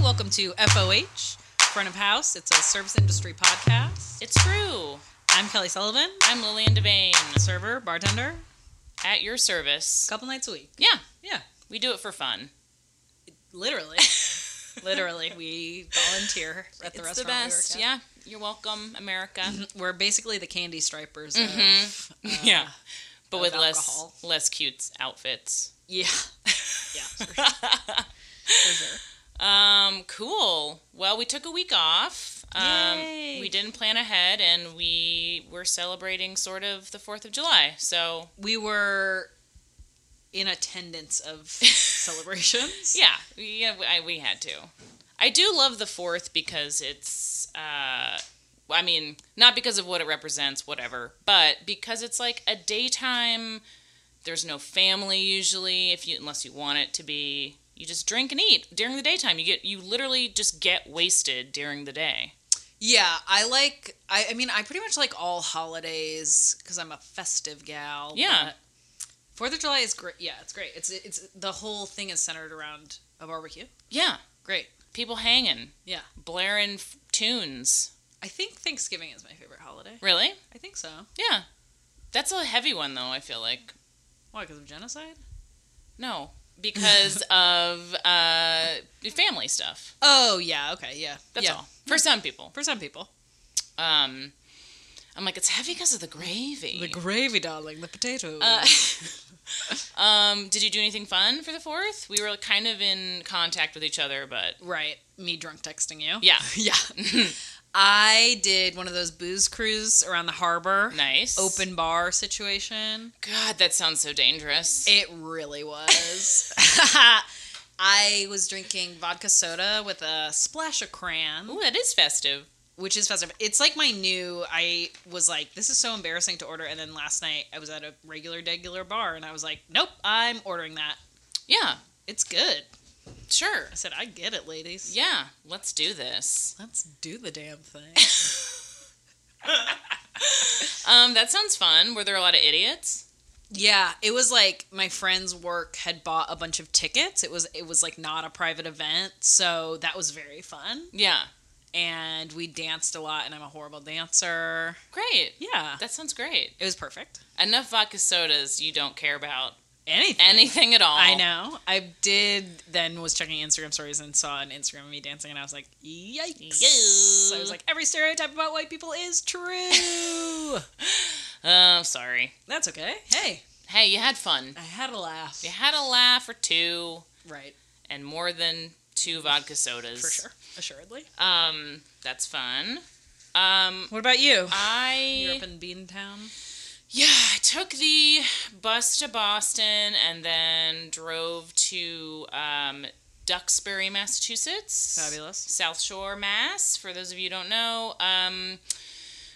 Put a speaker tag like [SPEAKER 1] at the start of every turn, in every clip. [SPEAKER 1] Welcome to FOH, Front of House. It's a service industry podcast.
[SPEAKER 2] It's true.
[SPEAKER 1] I'm Kelly Sullivan,
[SPEAKER 2] I'm Lillian Devane
[SPEAKER 1] server, bartender,
[SPEAKER 2] at your
[SPEAKER 1] a
[SPEAKER 2] service.
[SPEAKER 1] couple nights a week.
[SPEAKER 2] Yeah,
[SPEAKER 1] Yeah,
[SPEAKER 2] we do it for fun.
[SPEAKER 1] literally. literally, we volunteer at the
[SPEAKER 2] it's the
[SPEAKER 1] restaurant.
[SPEAKER 2] best.
[SPEAKER 1] we work
[SPEAKER 2] yeah, you're welcome, America.
[SPEAKER 1] at. We're basically the candy stripers. Of,
[SPEAKER 2] Mm-hmm.
[SPEAKER 1] uh,
[SPEAKER 2] yeah, but
[SPEAKER 1] of
[SPEAKER 2] with
[SPEAKER 1] alcohol.
[SPEAKER 2] less less cute outfits.
[SPEAKER 1] yeah. yeah, for sure. For sure.
[SPEAKER 2] Um, cool. Well, we took a week off. Um,
[SPEAKER 1] Yay.
[SPEAKER 2] we didn't plan ahead, and we were celebrating sort of the Fourth of July. So
[SPEAKER 1] We were in attendance of celebrations.
[SPEAKER 2] Yeah, yeah, we- I, we had to. I do love the fourth because it's, uh, I mean, not because of what it represents, whatever, but because it's like a daytime. There's no family usually, if you unless you want it to be. You just drink and eat during the daytime. You get you literally just get wasted during the day.
[SPEAKER 1] Yeah, I like. I, I mean, I pretty much like all holidays because I'm a festive gal.
[SPEAKER 2] Yeah.
[SPEAKER 1] but Fourth of July is great. Yeah, it's great. It's it's the whole thing is centered around a barbecue.
[SPEAKER 2] Yeah,
[SPEAKER 1] Great.
[SPEAKER 2] people hanging,
[SPEAKER 1] Yeah,
[SPEAKER 2] blaring f- tunes.
[SPEAKER 1] I think Thanksgiving is my favorite holiday.
[SPEAKER 2] Really?
[SPEAKER 1] I think so.
[SPEAKER 2] Yeah, that's a heavy one though. I feel like
[SPEAKER 1] Why? Because of genocide?
[SPEAKER 2] No, because of uh, family stuff.
[SPEAKER 1] Oh yeah. Okay. Yeah.
[SPEAKER 2] That's
[SPEAKER 1] yeah.
[SPEAKER 2] all. For some people,
[SPEAKER 1] For some people,
[SPEAKER 2] um, I'm like it's heavy because of the gravy.
[SPEAKER 1] the gravy, darling, the potato.
[SPEAKER 2] Uh, um, did you do anything fun for the fourth? We were kind of in contact with each other, but
[SPEAKER 1] right. Me drunk texting you.
[SPEAKER 2] yeah,
[SPEAKER 1] Yeah. I did one of those booze cruise around the harbor,
[SPEAKER 2] nice.
[SPEAKER 1] open bar situation.
[SPEAKER 2] God, that sounds so dangerous.
[SPEAKER 1] It really was. I was drinking vodka soda with a splash of cran,
[SPEAKER 2] Ooh, that is festive.
[SPEAKER 1] which is festive. It's like my new. I was like, this is so embarrassing to order. And then last night I was at a regular, regular bar, and I was like, nope, I'm ordering that.
[SPEAKER 2] Yeah,
[SPEAKER 1] It's good.
[SPEAKER 2] sure.
[SPEAKER 1] I said, I get it, ladies.
[SPEAKER 2] Yeah, let's do this.
[SPEAKER 1] Let's do the damn thing.
[SPEAKER 2] Um, that sounds fun. Were there a lot of idiots?
[SPEAKER 1] yeah, it was like my friend's work had bought a bunch of tickets. It was it was like not a private event, so that was very fun.
[SPEAKER 2] Yeah,
[SPEAKER 1] and we danced a lot and I'm a horrible dancer.
[SPEAKER 2] great.
[SPEAKER 1] Yeah.
[SPEAKER 2] That sounds great.
[SPEAKER 1] It was perfect.
[SPEAKER 2] Enough vodka sodas you don't care about.
[SPEAKER 1] Anything.
[SPEAKER 2] anything at all.
[SPEAKER 1] I know. I did then was checking Instagram stories and saw an Instagram of me dancing and I was like, yikes.
[SPEAKER 2] Yeah.
[SPEAKER 1] I was like, every stereotype about white people is true.
[SPEAKER 2] Oh, sorry.
[SPEAKER 1] That's okay. Hey,
[SPEAKER 2] Hey, you had fun.
[SPEAKER 1] I had a laugh.
[SPEAKER 2] You had a laugh or two,
[SPEAKER 1] Right.
[SPEAKER 2] and more than two vodka sodas.
[SPEAKER 1] For sure. Assuredly.
[SPEAKER 2] Um, that's fun. Um,
[SPEAKER 1] What about you? You're
[SPEAKER 2] I
[SPEAKER 1] up in Beantown.
[SPEAKER 2] yeah, I took the bus to Boston and then drove to um, Duxbury, Massachusetts.
[SPEAKER 1] Fabulous.
[SPEAKER 2] South Shore, Mass. For those of you who don't know, um,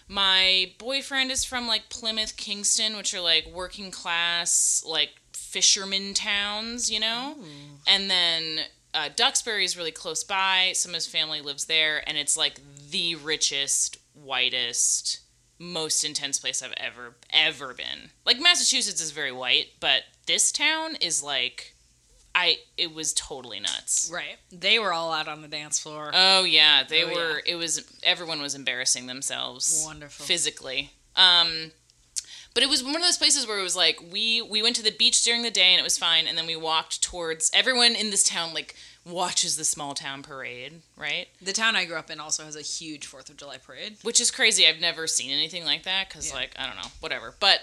[SPEAKER 2] my boyfriend is from like Plymouth, Kingston, which are like working class, like fisherman towns, you know? And then uh, Duxbury is really close by. Some of his family lives there, and it's like the richest, whitest, most intense place I've ever, ever been. Like Massachusetts is very white, but this town is like. I it was totally nuts.
[SPEAKER 1] Right. They were all out on the dance floor.
[SPEAKER 2] Oh yeah, they
[SPEAKER 1] Oh, yeah.
[SPEAKER 2] were. It was everyone was embarrassing themselves.
[SPEAKER 1] Wonderful.
[SPEAKER 2] Physically. Um, but it was one of those places where it was like we we went to the beach during the day and it was fine, and then we walked towards. Everyone in this town like watches the small town parade, right?
[SPEAKER 1] the town I grew up in also has a huge 4th of July parade.
[SPEAKER 2] Which is crazy. I've never seen anything like that because
[SPEAKER 1] Yeah.
[SPEAKER 2] like I don't know, whatever. But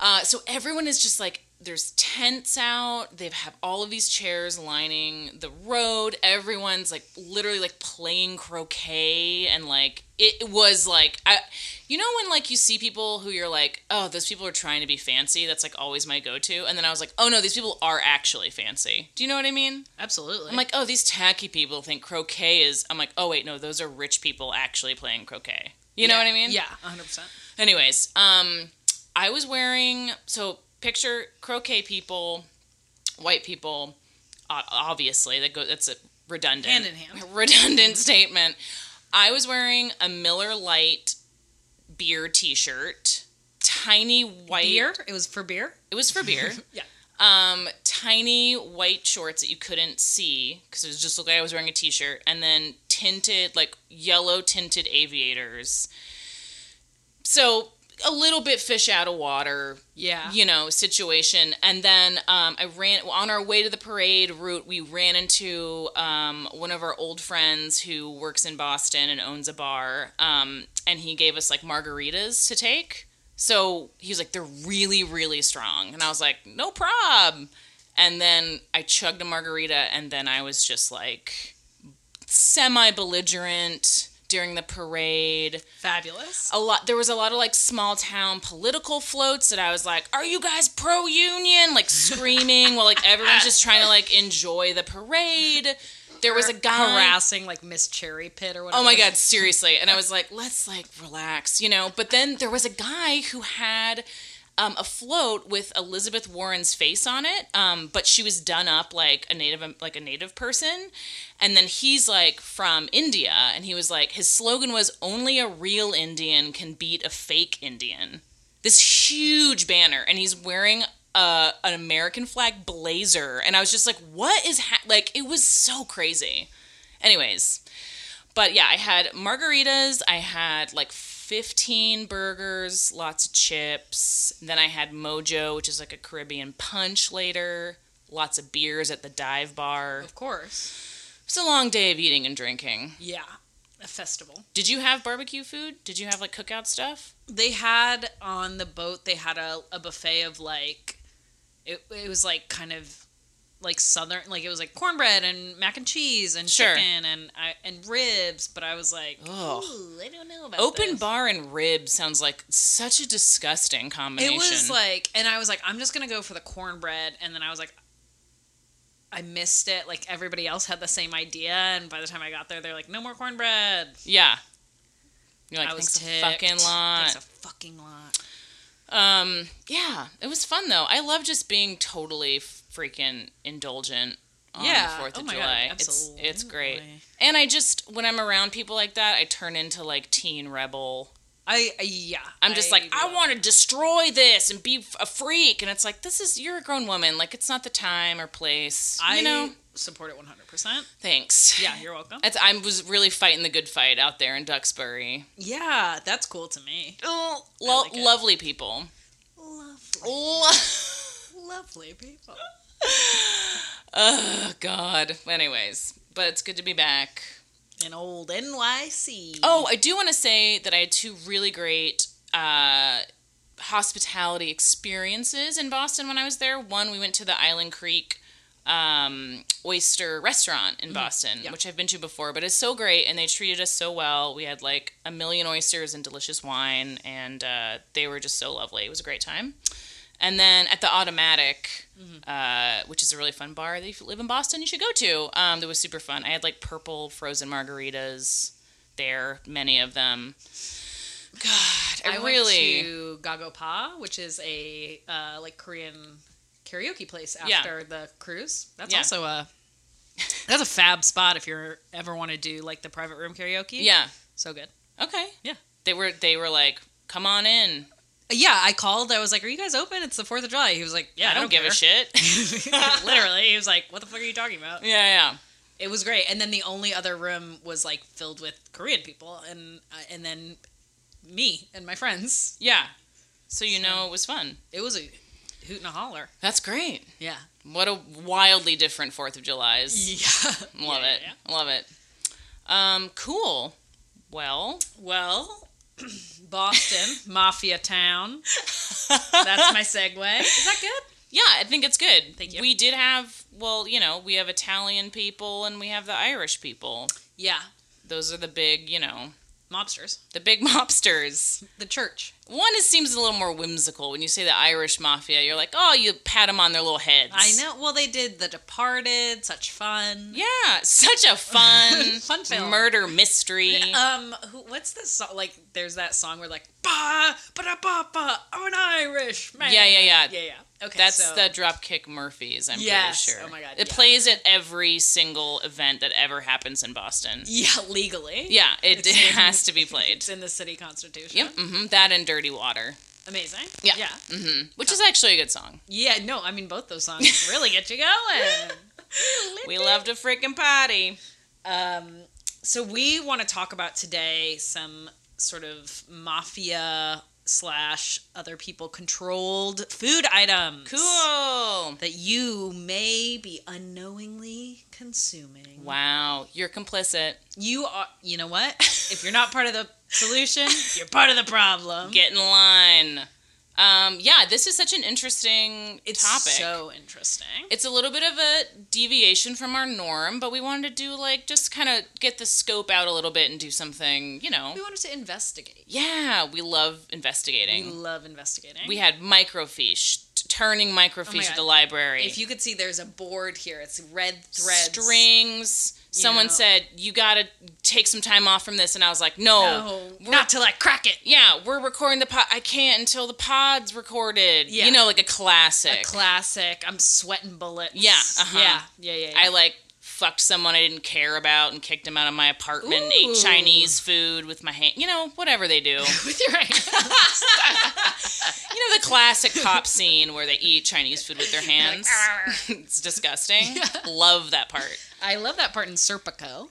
[SPEAKER 2] uh, so everyone is just like. There's tents out. They have all of these chairs lining the road. Everyone's like literally like playing croquet and like it was like I, you know when like you see people who you're like, oh, those people are trying to be fancy. That's like always my go-to. And then I was like, oh no, these people are actually fancy. Do you know what I mean?
[SPEAKER 1] Absolutely.
[SPEAKER 2] I'm like, oh, these tacky people think croquet is. I'm like, oh wait, no, those are rich people actually playing croquet. You know
[SPEAKER 1] Yeah.
[SPEAKER 2] what I mean?
[SPEAKER 1] Yeah, 100%.
[SPEAKER 2] Anyways, um, I was wearing so picture croquet people, white people, o- obviously that go that's a redundant
[SPEAKER 1] Hand in hand.
[SPEAKER 2] redundant statement. I was wearing a Miller Lite beer T-shirt, tiny white.
[SPEAKER 1] beer. It was for beer.
[SPEAKER 2] It was for beer.
[SPEAKER 1] Yeah.
[SPEAKER 2] Um, tiny white shorts that you couldn't see because it was just like I was wearing a t-shirt, and then tinted like yellow tinted aviators. So a little bit fish out of water,
[SPEAKER 1] Yeah.
[SPEAKER 2] you know, situation. And then um, I ran on our way to the parade route. We ran into um, one of our old friends who works in Boston and owns a bar, um, and he gave us like margaritas to take. So he was like, "They're really, really strong," and I was like, "No problem." And then I chugged a margarita, and then I was just like semi belligerent during the parade
[SPEAKER 1] Fabulous.
[SPEAKER 2] a lot there was a lot of like small town political floats that I was like, Are you guys pro union? Like screaming while like everyone's just trying to like enjoy the parade. There was a guy
[SPEAKER 1] harassing like Miss Cherry Pit or whatever.
[SPEAKER 2] Oh my god, seriously. And I was like, let's like relax, you know. But then there was a guy who had um, a float with Elizabeth Warren's face on it, um, but she was done up like a native, um, like a native person. And then he's like from India, and he was like, his slogan was, "Only a real Indian can beat a fake Indian." This huge banner, and he's wearing. Uh, an American flag blazer, and I was just like, "What is ha-? like?" It was so crazy. Anyways, but yeah, I had margaritas. I had like 15 burgers, lots of chips. Then I had Mojo, which is like a Caribbean punch later. Lots of beers at the dive bar.
[SPEAKER 1] Of course.
[SPEAKER 2] It's a long day of eating and drinking.
[SPEAKER 1] Yeah. A festival.
[SPEAKER 2] Did you have barbecue food? Did you have like cookout stuff?
[SPEAKER 1] They had on the boat. They had a, a buffet of like, it it was like kind of like southern, like it was like cornbread and mac and cheese and
[SPEAKER 2] Sure.
[SPEAKER 1] chicken and I and ribs. But I was like,
[SPEAKER 2] Ugh.
[SPEAKER 1] ooh, I don't know about
[SPEAKER 2] Open
[SPEAKER 1] this."
[SPEAKER 2] bar and rib sounds like such a disgusting combination.
[SPEAKER 1] It was like, and I was like, I'm just gonna go for the cornbread, and then I was like, I missed it. Like everybody else had the same idea, and by the time I got there, they're like, no more cornbread.
[SPEAKER 2] yeah. You're like,
[SPEAKER 1] I was
[SPEAKER 2] thanks a
[SPEAKER 1] ticked.
[SPEAKER 2] fucking lot.
[SPEAKER 1] Thanks a fucking lot.
[SPEAKER 2] Um, yeah, it was fun though. I love just being totally freaking indulgent on
[SPEAKER 1] Yeah.
[SPEAKER 2] the 4th
[SPEAKER 1] Oh
[SPEAKER 2] of
[SPEAKER 1] my God,
[SPEAKER 2] July. it's it's great.
[SPEAKER 1] absolutely.
[SPEAKER 2] And I just when I'm around people like that, I turn into like teen rebel.
[SPEAKER 1] I, I yeah.
[SPEAKER 2] I'm just like, I want to destroy this and be f- a freak and it's like this is you're a grown woman, like it's not the time or place.
[SPEAKER 1] I
[SPEAKER 2] you know.
[SPEAKER 1] support it 100. percent
[SPEAKER 2] Thanks.
[SPEAKER 1] Yeah, you're welcome.
[SPEAKER 2] It's, I was really fighting the good fight out there in Duxbury.
[SPEAKER 1] yeah, that's cool to me.
[SPEAKER 2] Oh, lo-
[SPEAKER 1] like it.
[SPEAKER 2] lovely people.
[SPEAKER 1] Lovely,
[SPEAKER 2] Lo-
[SPEAKER 1] lovely people.
[SPEAKER 2] Oh God. Anyways, but it's good to be back.
[SPEAKER 1] In old NYC.
[SPEAKER 2] Oh, I do want to say that I had two really great uh, hospitality experiences in Boston when I was there. One, we went to the Island Creek um, Oyster Restaurant in Boston,
[SPEAKER 1] Yeah.
[SPEAKER 2] which I've been to before, but it's so great, and they treated us so well. We had like a million oysters and delicious wine, and uh, they were just so lovely. It was a great time. And then at the Automatic,
[SPEAKER 1] Mm-hmm.
[SPEAKER 2] uh, which is a really fun bar that if you live in Boston, you should go to. Um, that was super fun. I had like purple frozen margaritas there, many of them. God, I,
[SPEAKER 1] I
[SPEAKER 2] really.
[SPEAKER 1] went to Gago Pa, which is a uh, like Korean karaoke place
[SPEAKER 2] Yeah.
[SPEAKER 1] after the cruise. That's
[SPEAKER 2] Yeah.
[SPEAKER 1] also a that's a fab spot if you ever want to do like the private room karaoke.
[SPEAKER 2] Yeah.
[SPEAKER 1] so good.
[SPEAKER 2] Okay.
[SPEAKER 1] Yeah.
[SPEAKER 2] They were. They were like, "Come on in."
[SPEAKER 1] Yeah, I called. I was like, "Are you guys open? It's the Fourth of July." He was like, "Yeah,
[SPEAKER 2] I don't, give
[SPEAKER 1] care."
[SPEAKER 2] a shit.
[SPEAKER 1] Literally, he was like, "What the fuck are you talking about?"
[SPEAKER 2] yeah, yeah.
[SPEAKER 1] It was great. And then the only other room was like filled with Korean people, and uh, and then me and my friends.
[SPEAKER 2] Yeah. So you know it was fun.
[SPEAKER 1] It was a hoot and a holler.
[SPEAKER 2] That's great.
[SPEAKER 1] Yeah,
[SPEAKER 2] What a wildly different Fourth of July's.
[SPEAKER 1] yeah,
[SPEAKER 2] Love
[SPEAKER 1] Yeah,
[SPEAKER 2] it.
[SPEAKER 1] yeah.
[SPEAKER 2] Love it. Um, cool. Well,
[SPEAKER 1] Well, Boston, Mafia Town. That's my segue. Is that good?
[SPEAKER 2] yeah, I think it's good.
[SPEAKER 1] Thank you.
[SPEAKER 2] We did have, well, you know, we have Italian people and we have the Irish people.
[SPEAKER 1] Yeah.
[SPEAKER 2] Those are the big, you know,
[SPEAKER 1] Mobsters.
[SPEAKER 2] the big mobsters.
[SPEAKER 1] The church.
[SPEAKER 2] One is, seems a little more whimsical. When you say the Irish mafia, you're like, oh, you pat them on their little heads.
[SPEAKER 1] I know. Well, they did The Departed, such fun.
[SPEAKER 2] Yeah, such a fun,
[SPEAKER 1] Fun film.
[SPEAKER 2] murder mystery.
[SPEAKER 1] Um, who, what's the song? Like, there's that song where, like, ba ba da ba ba, I'm an Irish man.
[SPEAKER 2] Yeah, yeah, yeah.
[SPEAKER 1] Yeah, yeah. Okay.
[SPEAKER 2] That's
[SPEAKER 1] so,
[SPEAKER 2] the Dropkick Murphys, I'm
[SPEAKER 1] Yes.
[SPEAKER 2] pretty sure.
[SPEAKER 1] Oh my God,
[SPEAKER 2] It
[SPEAKER 1] yeah.
[SPEAKER 2] plays at every single event that ever happens in Boston.
[SPEAKER 1] Yeah, legally.
[SPEAKER 2] Yeah, it,
[SPEAKER 1] It's in-
[SPEAKER 2] has to be played.
[SPEAKER 1] It's in the city constitution.
[SPEAKER 2] Yep, hmm that and mm-hmm, Dirty Water.
[SPEAKER 1] Amazing.
[SPEAKER 2] Yeah.
[SPEAKER 1] Yeah.
[SPEAKER 2] hmm Which is actually a good song.
[SPEAKER 1] Yeah, no, I mean both those songs really get you going.
[SPEAKER 2] We love to freaking party.
[SPEAKER 1] Um, so we want to talk about today some sort of mafia slash other people controlled food items.
[SPEAKER 2] Cool.
[SPEAKER 1] That you may be unknowingly consuming.
[SPEAKER 2] Wow, you're complicit.
[SPEAKER 1] You are, you know what? If you're not part of the solution, you're part of the problem.
[SPEAKER 2] Get in line. Um, yeah, this is such an interesting
[SPEAKER 1] it's
[SPEAKER 2] topic.
[SPEAKER 1] so interesting.
[SPEAKER 2] it's a little bit of a deviation from our norm, but we wanted to do like just kind of get the scope out a little bit and do something, you know.
[SPEAKER 1] we wanted to investigate.
[SPEAKER 2] Yeah, we love
[SPEAKER 1] We
[SPEAKER 2] investigating. We,
[SPEAKER 1] love investigating.
[SPEAKER 2] had microfiche, t- turning microfiche
[SPEAKER 1] Oh God.
[SPEAKER 2] at the library.
[SPEAKER 1] if you could see, there's a board here. It's red threads.
[SPEAKER 2] strings.
[SPEAKER 1] You
[SPEAKER 2] Someone
[SPEAKER 1] know.
[SPEAKER 2] said you got to take some time off from this, and I was like, no.
[SPEAKER 1] No, not till I crack it.
[SPEAKER 2] Yeah, we're recording the pod. I can't until the pod's recorded.
[SPEAKER 1] Yeah.
[SPEAKER 2] You know, like a classic.
[SPEAKER 1] A classic. I'm sweating bullets.
[SPEAKER 2] Yeah, uh-huh.
[SPEAKER 1] yeah, yeah, yeah. yeah.
[SPEAKER 2] I like fucked someone I didn't care about and kicked him out of my apartment, and
[SPEAKER 1] Ooh.
[SPEAKER 2] ate Chinese food with my hand. You know, whatever they do. you
[SPEAKER 1] with your hand.
[SPEAKER 2] know, the classic cop scene where they eat Chinese food with their hands. it's disgusting. Love that part.
[SPEAKER 1] I love that part in Serpico.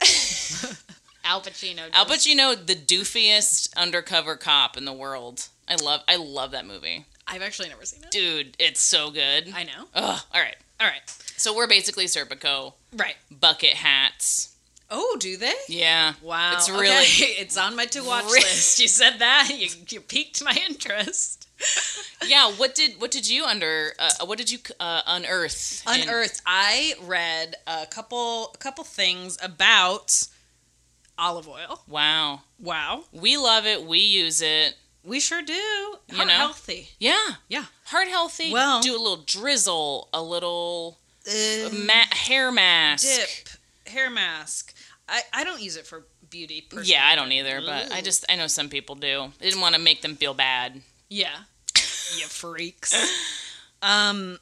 [SPEAKER 1] Al Pacino. Does.
[SPEAKER 2] Al Pacino, the doofiest undercover cop in the world. I love, I love that movie,
[SPEAKER 1] I've actually never seen it.
[SPEAKER 2] dude. It's so good.
[SPEAKER 1] I know.
[SPEAKER 2] Ugh. All right.
[SPEAKER 1] All right.
[SPEAKER 2] So we're basically Serpico
[SPEAKER 1] Right.
[SPEAKER 2] bucket hats.
[SPEAKER 1] Oh, do they?
[SPEAKER 2] Yeah.
[SPEAKER 1] Wow.
[SPEAKER 2] It's
[SPEAKER 1] okay.
[SPEAKER 2] really.
[SPEAKER 1] It's on my to watch
[SPEAKER 2] Really-
[SPEAKER 1] list. You said that. You, you piqued my interest.
[SPEAKER 2] Yeah, what did what did you under uh, what did you uh, unearth? in-
[SPEAKER 1] unearthed i read a couple a couple things about olive oil
[SPEAKER 2] wow,
[SPEAKER 1] wow
[SPEAKER 2] we love it. We use it.
[SPEAKER 1] we sure do you
[SPEAKER 2] know?
[SPEAKER 1] healthy
[SPEAKER 2] Yeah,
[SPEAKER 1] yeah
[SPEAKER 2] heart healthy.
[SPEAKER 1] Well-
[SPEAKER 2] do a little drizzle, a little
[SPEAKER 1] um,
[SPEAKER 2] ma- hair mask.
[SPEAKER 1] dip hair mask i i don't use it for beauty personally.
[SPEAKER 2] Yeah, I don't either, but I
[SPEAKER 1] Ooh.
[SPEAKER 2] just I know some people do. I didn't want to make them feel bad.
[SPEAKER 1] yeah you freaks um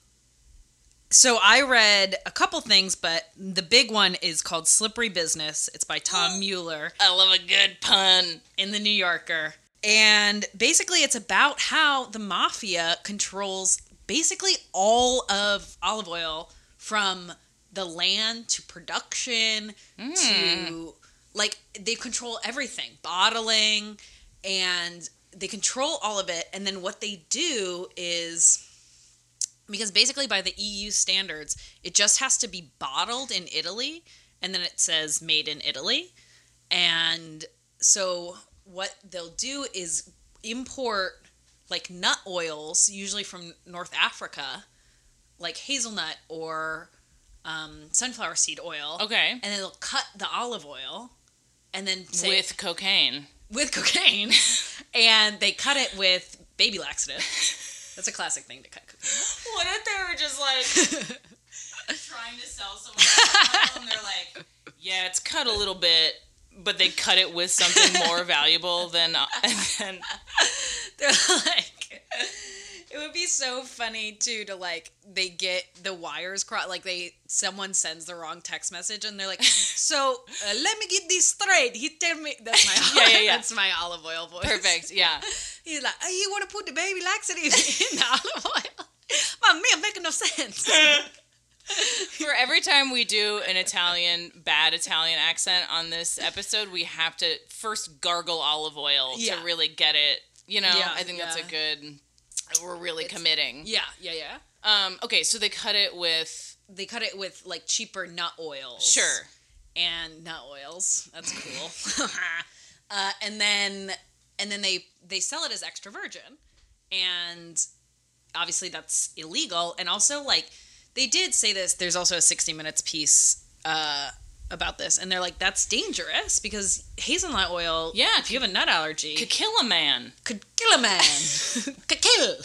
[SPEAKER 1] so I read a couple things, but the big one is called Slippery Business. It's by Tom Mueller.
[SPEAKER 2] I love a good pun.
[SPEAKER 1] in the New Yorker. And basically, it's about how the mafia controls basically all of olive oil from the land to production to like they control everything bottling and they control all of it. And then what they do is because basically, by the EU standards, it just has to be bottled in Italy and then it says made in Italy. And so what they'll do is import like nut oils, usually from North Africa, like hazelnut or um, sunflower seed oil.
[SPEAKER 2] Okay,
[SPEAKER 1] And then they'll cut the olive oil and then say,
[SPEAKER 2] with cocaine.
[SPEAKER 1] with cocaine and they cut it with baby laxative. That's a classic thing to cut cocaine.
[SPEAKER 2] What if they were just like trying to sell someone and they're like, yeah, it's cut a little bit, but they cut it with something more valuable than and then
[SPEAKER 1] They're like it would be so funny too to like they get the wires crossed like they someone sends the wrong text message and they're like so uh, let me get this straight he tell me that's my
[SPEAKER 2] Yeah, yeah, yeah.
[SPEAKER 1] that's my olive oil voice
[SPEAKER 2] perfect. Yeah,
[SPEAKER 1] he's like oh, you want to put the baby laxative in the olive oil my man making no sense
[SPEAKER 2] for every time we do an Italian bad Italian accent on this episode, we have to first gargle olive oil
[SPEAKER 1] Yeah.
[SPEAKER 2] to really get it. You know,
[SPEAKER 1] Yeah,
[SPEAKER 2] I think that's a
[SPEAKER 1] yeah.
[SPEAKER 2] good. We're really committing.
[SPEAKER 1] yeah yeah yeah
[SPEAKER 2] Um, okay, so they cut it with
[SPEAKER 1] they cut it with like cheaper nut oils
[SPEAKER 2] sure.
[SPEAKER 1] and nut oils. That's cool. uh, and then and then they they sell it as extra virgin, and obviously that's illegal. And also like they did say this. There's also a 60 Minutes piece uh, about this, and they're like that's dangerous because hazelnut oil.
[SPEAKER 2] Yeah,
[SPEAKER 1] If you have a nut allergy,
[SPEAKER 2] Could kill a man.
[SPEAKER 1] could kill a man. could kill.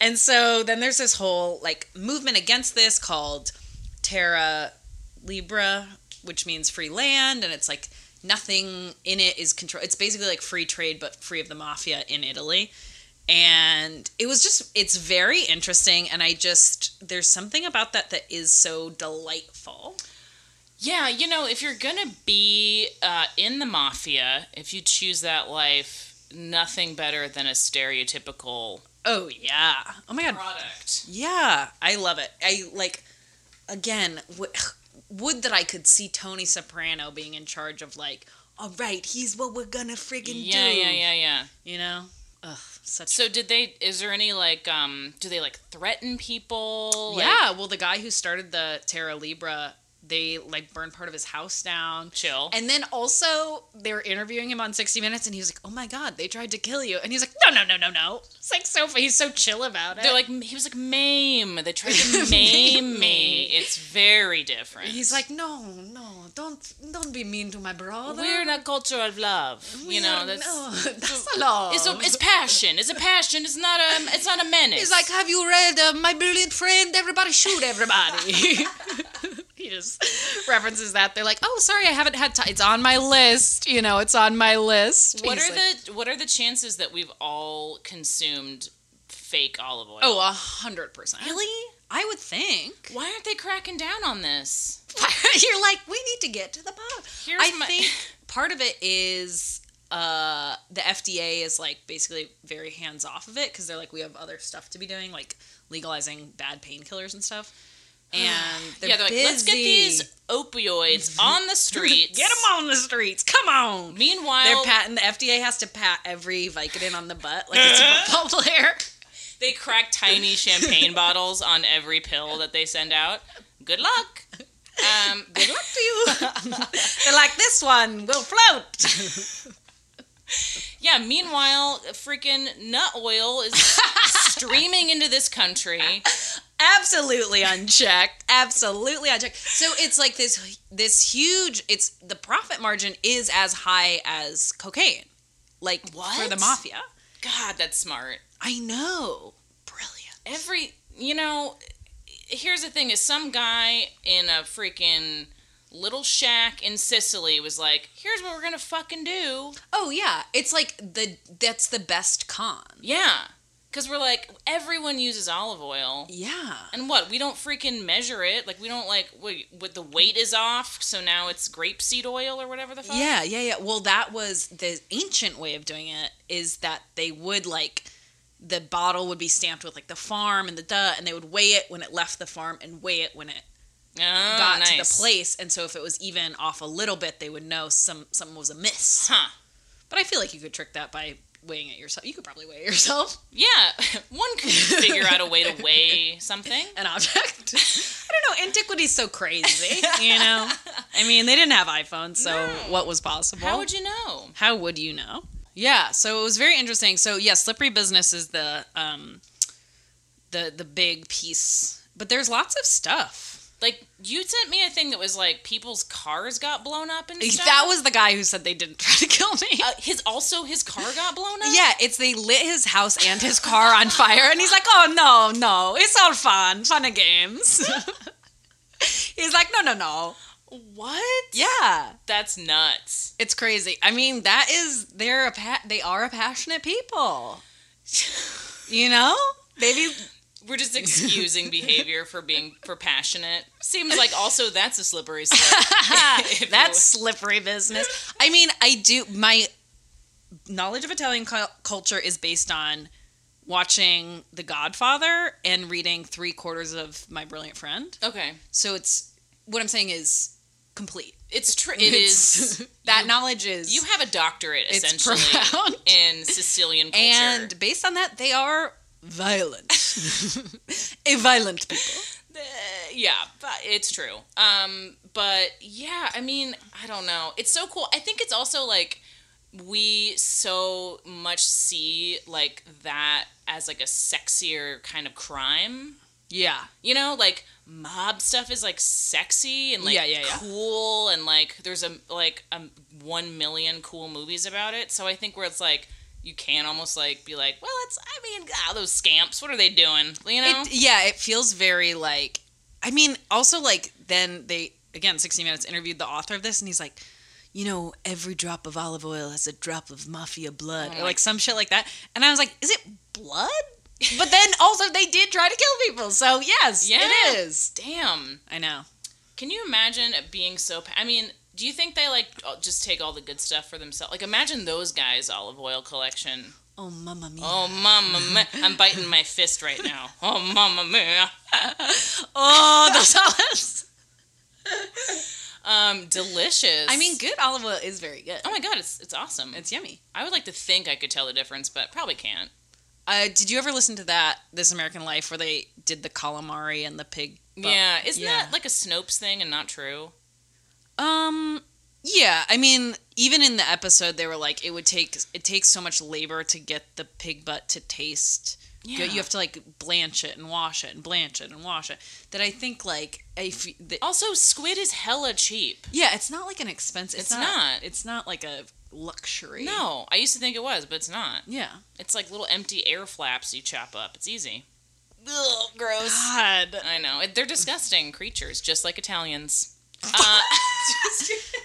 [SPEAKER 1] and so then there's this whole like movement against this called Terra Libra, which means free land, and it's like nothing in it is control. It's basically like free trade, but free of the mafia in Italy. And it was just, it's very interesting. And I just, there's something about that that is so delightful.
[SPEAKER 2] Yeah, you know, if you're gonna be uh, in the mafia, if you choose that life, nothing better than a stereotypical
[SPEAKER 1] Oh yeah. Oh my god.
[SPEAKER 2] product.
[SPEAKER 1] Yeah, I love it. I like again w- would that I could see Tony Soprano being in charge of like all right, he's what we're gonna friggin'
[SPEAKER 2] Yeah,
[SPEAKER 1] do.
[SPEAKER 2] yeah, yeah, yeah.
[SPEAKER 1] You know? Ugh, such
[SPEAKER 2] So did they? Is there any like? um Do they like threaten people? Like,
[SPEAKER 1] Yeah, well the guy who started the Terra Libra, they like burned part of his house down.
[SPEAKER 2] chill.
[SPEAKER 1] And then also they were interviewing him on 60 Minutes and he was like, Oh my god, they tried to kill you and he's like, No, no, no, no, no. It's like so he's so chill about it.
[SPEAKER 2] They're like he was like maim. They tried to maim me. It's very different.
[SPEAKER 1] He's like, no, no, don't, don't be mean to my brother.
[SPEAKER 2] we're in a culture of love.
[SPEAKER 1] We
[SPEAKER 2] you know
[SPEAKER 1] are-
[SPEAKER 2] that's
[SPEAKER 1] no, that's a lot.
[SPEAKER 2] it's a, it's passion. It's a passion. It's not a it's not a menace.
[SPEAKER 1] He's like, have you read uh, My Brilliant Friend? Everybody shoot everybody. he just references that. They're like, oh, sorry, I haven't had time. It's on my list. You know, it's on my list.
[SPEAKER 2] what
[SPEAKER 1] He's
[SPEAKER 2] are
[SPEAKER 1] like,
[SPEAKER 2] the what are the chances that we've all consumed fake olive oil?
[SPEAKER 1] Oh, a hundred percent.
[SPEAKER 2] really?
[SPEAKER 1] I would think.
[SPEAKER 2] Why aren't they cracking down on this?
[SPEAKER 1] You're like, we need to get to the bottom.
[SPEAKER 2] Here's
[SPEAKER 1] I
[SPEAKER 2] my-
[SPEAKER 1] think part of it is uh, the FDA is like basically very hands off of it because they're like, we have other stuff to be doing, like legalizing bad painkillers and stuff. And they're
[SPEAKER 2] yeah, they're like, let's get
[SPEAKER 1] busy.
[SPEAKER 2] these opioids on the streets.
[SPEAKER 1] Get them on the streets. Come on. They're
[SPEAKER 2] Meanwhile,
[SPEAKER 1] patting. The FDA has to pat every Vicodin on the butt like it's a football player.
[SPEAKER 2] they crack tiny champagne bottles on every pill that they send out. Good luck. Um,
[SPEAKER 1] Good luck to you. they're like, this one will float.
[SPEAKER 2] yeah. Meanwhile, freaking nut oil is streaming into this country.
[SPEAKER 1] absolutely unchecked absolutely unchecked so it's like this this huge it's the profit margin is as high as cocaine like for
[SPEAKER 2] What?
[SPEAKER 1] the mafia
[SPEAKER 2] God, that's smart.
[SPEAKER 1] i know brilliant
[SPEAKER 2] every you know here's the thing is some guy in a freaking little shack in sicily was like here's what we're gonna fucking do
[SPEAKER 1] oh yeah it's like the that's the best con
[SPEAKER 2] yeah because we're like everyone uses olive oil
[SPEAKER 1] yeah
[SPEAKER 2] and what we don't freaking measure it like we don't like wait what the weight is off so now it's grapeseed oil or whatever the fuck
[SPEAKER 1] yeah yeah yeah well that was the ancient way of doing it is that they would like the bottle would be stamped with like the farm and the duh and they would weigh it when it left the farm and weigh it when it
[SPEAKER 2] oh,
[SPEAKER 1] got to the
[SPEAKER 2] nice.
[SPEAKER 1] place, and so if it was even off a little bit, they would know some something was amiss.
[SPEAKER 2] huh
[SPEAKER 1] But I feel like you could trick that by weighing it yourself. You could probably weigh it yourself
[SPEAKER 2] yeah one could figure out a way to weigh something
[SPEAKER 1] an object. I don't know. Antiquity's so crazy, you know. I mean, they didn't have iPhones, so
[SPEAKER 2] No.
[SPEAKER 1] what was possible?
[SPEAKER 2] how would you know
[SPEAKER 1] How would you know? Yeah, so it was very interesting. So yeah, slippery business is the um, the the big piece, but there's lots of stuff.
[SPEAKER 2] Like you sent me a thing that was like people's cars got blown up and stuff.
[SPEAKER 1] That was the guy who said they didn't try to kill me.
[SPEAKER 2] uh, his also his car got blown up.
[SPEAKER 1] Yeah, it's they lit his house and his car on fire, and he's like, "Oh no, no, it's all fun, fun and games." he's like, "No, no, no."
[SPEAKER 2] What?
[SPEAKER 1] Yeah,
[SPEAKER 2] That's nuts.
[SPEAKER 1] it's crazy. I mean, that is they're a pa- they are a passionate people. You know, maybe
[SPEAKER 2] We're just excusing behavior for being for passionate. Seems like also that's a slippery slope. If
[SPEAKER 1] that's slippery business. I mean, I do my knowledge of Italian cul- culture is based on watching The Godfather and reading three quarters of My Brilliant Friend.
[SPEAKER 2] you- Okay.
[SPEAKER 1] So it's what I'm saying is complete.
[SPEAKER 2] It's true. It is.
[SPEAKER 1] that knowledge is
[SPEAKER 2] You have a doctorate
[SPEAKER 1] it's
[SPEAKER 2] essentially
[SPEAKER 1] profound.
[SPEAKER 2] in Sicilian culture.
[SPEAKER 1] And based on that, they are violent, a violent people.
[SPEAKER 2] Uh, yeah, but it's true. Um, but yeah, I mean, I don't know. It's so cool. I think it's also like we so much see like that as like a sexier kind of crime.
[SPEAKER 1] Yeah,
[SPEAKER 2] You know, like mob stuff is like sexy and like
[SPEAKER 1] Yeah, yeah, yeah.
[SPEAKER 2] cool and like there's a like a 1 million cool movies about it. So I think where it's like you can almost like be like, well, it's I mean, ah, those scamps, what are they doing? You know?
[SPEAKER 1] it, yeah. It feels very like. I mean, also like then they again, 60 Minutes interviewed the author of this, and he's like. You know, every drop of olive oil has a drop of mafia blood,
[SPEAKER 2] Oh
[SPEAKER 1] or
[SPEAKER 2] my-
[SPEAKER 1] like some shit like that. And I was like, "Is it blood?" But then also they did try to kill people, so yes,
[SPEAKER 2] Yeah.
[SPEAKER 1] it is.
[SPEAKER 2] Damn.
[SPEAKER 1] I know.
[SPEAKER 2] Can you imagine it being so? Pa- I mean, Do you think they like just take all the good stuff for themselves? Like imagine those guys olive oil collection.
[SPEAKER 1] Oh, mamma mia.
[SPEAKER 2] Oh mama, mia. I'm biting my fist right now. Oh mama mia.
[SPEAKER 1] Oh, those olives.
[SPEAKER 2] Um, delicious.
[SPEAKER 1] I mean, good olive oil is very good.
[SPEAKER 2] oh my god, it's it's awesome.
[SPEAKER 1] It's yummy.
[SPEAKER 2] I would like to think I could tell the difference, but probably can't.
[SPEAKER 1] Uh, did you ever listen to that This American Life where they did the calamari and the pig? bu-
[SPEAKER 2] yeah, isn't
[SPEAKER 1] yeah.
[SPEAKER 2] that like a Snopes thing and not true?
[SPEAKER 1] Um. Yeah. I mean, even in the episode, they were like, it would take it takes so much labor to get the pig butt to taste.
[SPEAKER 2] Yeah.
[SPEAKER 1] good. You have to like blanch it and wash it and blanch it and wash it. That I think like if you- the,
[SPEAKER 2] Also, squid is hella cheap.
[SPEAKER 1] yeah, it's not like an expense. It's,
[SPEAKER 2] It's
[SPEAKER 1] not.
[SPEAKER 2] not.
[SPEAKER 1] It's not like a luxury.
[SPEAKER 2] No, I used to think it was, but it's not.
[SPEAKER 1] Yeah.
[SPEAKER 2] It's like little empty air flaps you chop up. It's easy.
[SPEAKER 1] Ugh, gross. God.
[SPEAKER 2] I know. It- They're disgusting creatures, just like Italians. Uh,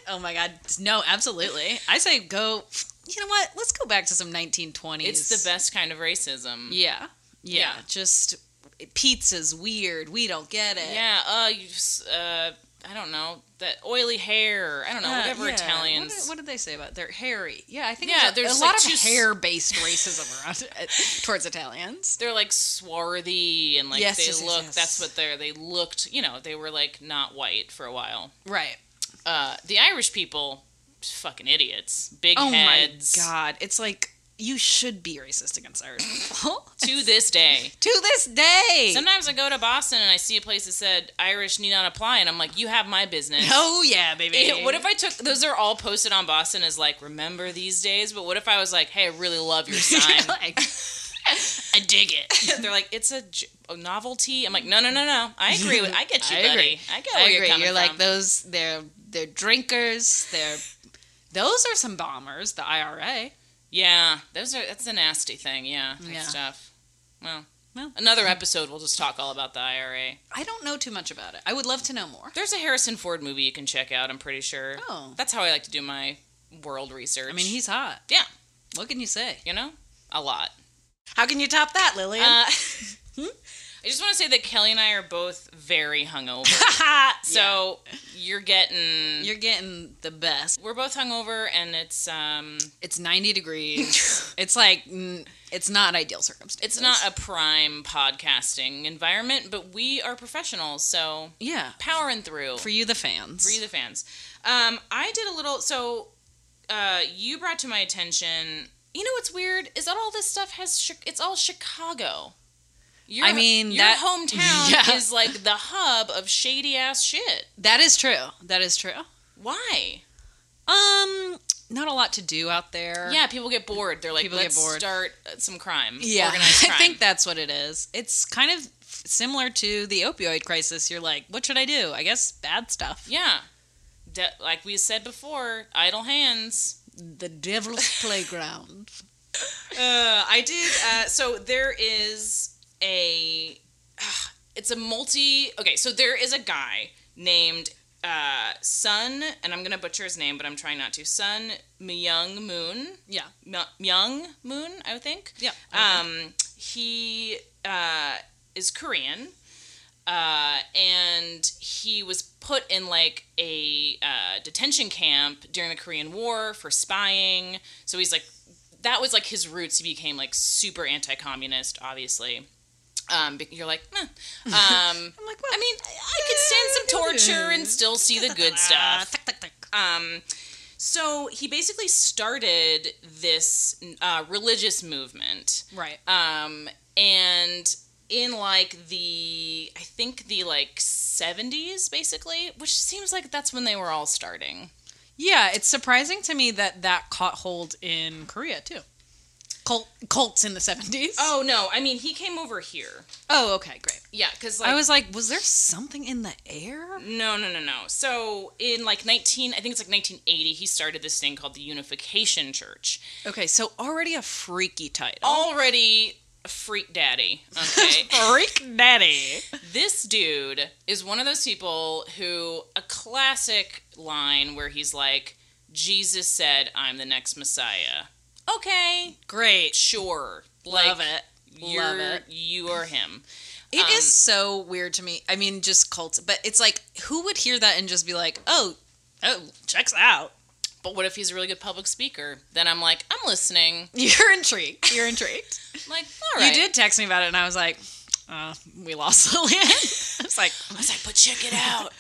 [SPEAKER 1] Oh my God. No, absolutely. I say go. You know what? Let's go back to some 1920s.
[SPEAKER 2] It's the best kind of racism.
[SPEAKER 1] Yeah. Yeah.
[SPEAKER 2] Yeah.
[SPEAKER 1] Just pizza's weird. We don't get it.
[SPEAKER 2] Yeah, uh, you, s- uh, I don't know. That oily hair. I don't know.
[SPEAKER 1] Uh,
[SPEAKER 2] whatever
[SPEAKER 1] yeah.
[SPEAKER 2] Italians.
[SPEAKER 1] What did, what did they say about they're hairy? Yeah, I think there's
[SPEAKER 2] Yeah,
[SPEAKER 1] a,
[SPEAKER 2] there's,
[SPEAKER 1] a lot
[SPEAKER 2] like,
[SPEAKER 1] of
[SPEAKER 2] two s-
[SPEAKER 1] hair-based racism around towards Italians.
[SPEAKER 2] they're like swarthy and like
[SPEAKER 1] Yes,
[SPEAKER 2] they
[SPEAKER 1] yes, yes,
[SPEAKER 2] look
[SPEAKER 1] yes.
[SPEAKER 2] that's what they're they looked you know they were like not white for a while
[SPEAKER 1] Right.
[SPEAKER 2] uh the irish people fucking idiots big
[SPEAKER 1] Oh
[SPEAKER 2] heads
[SPEAKER 1] my god, it's like you should be racist against Irish people
[SPEAKER 2] to this day
[SPEAKER 1] to this day.
[SPEAKER 2] sometimes i go to boston and i see a place that said irish need not apply and i'm like you have my business
[SPEAKER 1] oh yeah, baby.
[SPEAKER 2] It- what if I took those are all posted on Boston as like remember these days? But what if I was like, hey, I really love your sign.
[SPEAKER 1] like, I dig it.
[SPEAKER 2] They're like, it's a, j- a novelty. I'm like, no, no, no, no. I agree with. I get you,
[SPEAKER 1] I
[SPEAKER 2] buddy.
[SPEAKER 1] agree.
[SPEAKER 2] I get where
[SPEAKER 1] I
[SPEAKER 2] you're
[SPEAKER 1] agree. You're,
[SPEAKER 2] coming
[SPEAKER 1] like
[SPEAKER 2] from.
[SPEAKER 1] those. They're they're drinkers. They're those are some bombers. The IRA.
[SPEAKER 2] Yeah, those are that's a nasty thing. Yeah, that
[SPEAKER 1] Yeah.
[SPEAKER 2] stuff. Well,
[SPEAKER 1] Well.
[SPEAKER 2] another episode we'll just talk all about the IRA.
[SPEAKER 1] I don't know too much about it. I would love to know more.
[SPEAKER 2] There's a Harrison Ford movie you can check out. I'm pretty sure.
[SPEAKER 1] Oh.
[SPEAKER 2] that's how I like to do my world research.
[SPEAKER 1] I mean, he's hot.
[SPEAKER 2] yeah,
[SPEAKER 1] What can you say?
[SPEAKER 2] you know, a lot.
[SPEAKER 1] How can you top that, Lillian?
[SPEAKER 2] Uh, I just want to say that Kelly and I are both very hungover.
[SPEAKER 1] so
[SPEAKER 2] So you're getting
[SPEAKER 1] Uh, you're getting the best.
[SPEAKER 2] we're both hungover, and it's um
[SPEAKER 1] It's 90 degrees. it's like mm, it's not ideal circumstances.
[SPEAKER 2] it's not a prime podcasting environment, but we are professionals, so
[SPEAKER 1] yeah.
[SPEAKER 2] powering through.
[SPEAKER 1] For you, the fans.
[SPEAKER 2] For you, the fans. Um, I did a little. So uh, you brought to my attention. You know what's weird is that all this stuff has. Chi- It's all Chicago. Your,
[SPEAKER 1] I mean,
[SPEAKER 2] your
[SPEAKER 1] that-
[SPEAKER 2] hometown
[SPEAKER 1] Yeah.
[SPEAKER 2] is like the hub of shady ass shit.
[SPEAKER 1] that is true. That is true.
[SPEAKER 2] Why?
[SPEAKER 1] Um, not a lot to do out there.
[SPEAKER 2] Yeah, people get bored. They're like,
[SPEAKER 1] People get
[SPEAKER 2] let's
[SPEAKER 1] bored.
[SPEAKER 2] start uh, some crime.
[SPEAKER 1] Yeah.
[SPEAKER 2] organized crime.
[SPEAKER 1] I think that's what it is. It's kind of similar to the opioid crisis. You're like, what should I do? I guess bad stuff.
[SPEAKER 2] Yeah. De- like we said before, idle hands.
[SPEAKER 1] The devil's playground.
[SPEAKER 2] Uh, I did. Uh, so there is a. ah, it's a multi. Okay, so there is a guy named uh, Sun, and I'm gonna butcher his name, but I'm trying not to. Sun Myung Moon.
[SPEAKER 1] Yeah.
[SPEAKER 2] My- Myung Moon, I would think.
[SPEAKER 1] Yeah.
[SPEAKER 2] Um, he uh, is Korean, uh, and he was put in like a uh, detention camp during the Korean War for spying. So he's like, that was like his roots. He became like super anti-communist, obviously. Um, but you're like, meh. um,
[SPEAKER 1] I'm like,
[SPEAKER 2] I mean, I can stand some torture and still see the good stuff. Um, so he basically started this uh, religious movement.
[SPEAKER 1] Right.
[SPEAKER 2] Um, and in like the, I think the like 70s basically, which seems like that's when they were all starting.
[SPEAKER 1] Yeah, it's surprising to me that that caught hold in Korea too. Cult, cults in the 70s.
[SPEAKER 2] Oh, no. I mean, he came over here.
[SPEAKER 1] oh, okay, great.
[SPEAKER 2] Yeah, because like.
[SPEAKER 1] I was like, was there something in the air?
[SPEAKER 2] No, no, no, no. So in like 19, I think it's like 1980, he started this thing called the Unification Church.
[SPEAKER 1] Okay, so already a freaky title.
[SPEAKER 2] Oh. Already a freak daddy. Okay.
[SPEAKER 1] Freak Daddy.
[SPEAKER 2] this dude is one of those people who a classic line where he's like jesus said i'm the next messiah okay
[SPEAKER 1] Great.
[SPEAKER 2] sure
[SPEAKER 1] Love it.
[SPEAKER 2] you're,
[SPEAKER 1] Love it.
[SPEAKER 2] you are him
[SPEAKER 1] It is
[SPEAKER 2] Um,
[SPEAKER 1] so weird to me. I mean, just cults, but it's like, who would hear that and just be like, oh, Oh, checks out.
[SPEAKER 2] But what if he's a really good public speaker? Then I'm like, I'm listening.
[SPEAKER 1] You're intrigued. You're intrigued.
[SPEAKER 2] I'm like, all right.
[SPEAKER 1] You did text me about it, and I was like, uh, we lost the land. I was like,
[SPEAKER 2] I was like, but check it out.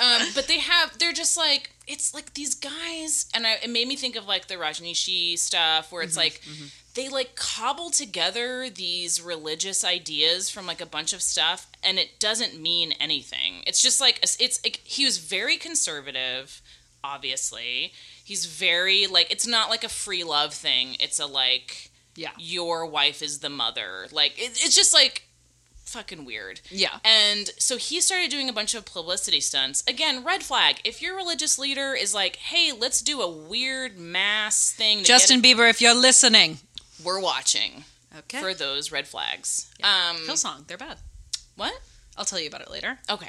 [SPEAKER 2] um, but they have, they're just like, it's like these guys, and I, it made me think of like the Rajneeshi stuff, where it's like they like cobble together these religious ideas from like a bunch of stuff, and it doesn't mean anything. It's just like it's. it's it, he was very conservative, obviously. He's very like it's not like a free love thing. It's a like
[SPEAKER 1] yeah,
[SPEAKER 2] your wife is the mother. Like it, it's just like fucking weird.
[SPEAKER 1] yeah.
[SPEAKER 2] And so he started doing a bunch of publicity stunts. Again, red flag. If your religious leader is like, "Hey, let's do a weird mass thing," to
[SPEAKER 1] Justin Bieber, if you're listening,
[SPEAKER 2] get- we're watching
[SPEAKER 1] okay.
[SPEAKER 2] for those red flags. Um,
[SPEAKER 1] Hillsong, they're bad.
[SPEAKER 2] what?
[SPEAKER 1] I'll tell you about it later.
[SPEAKER 2] Okay.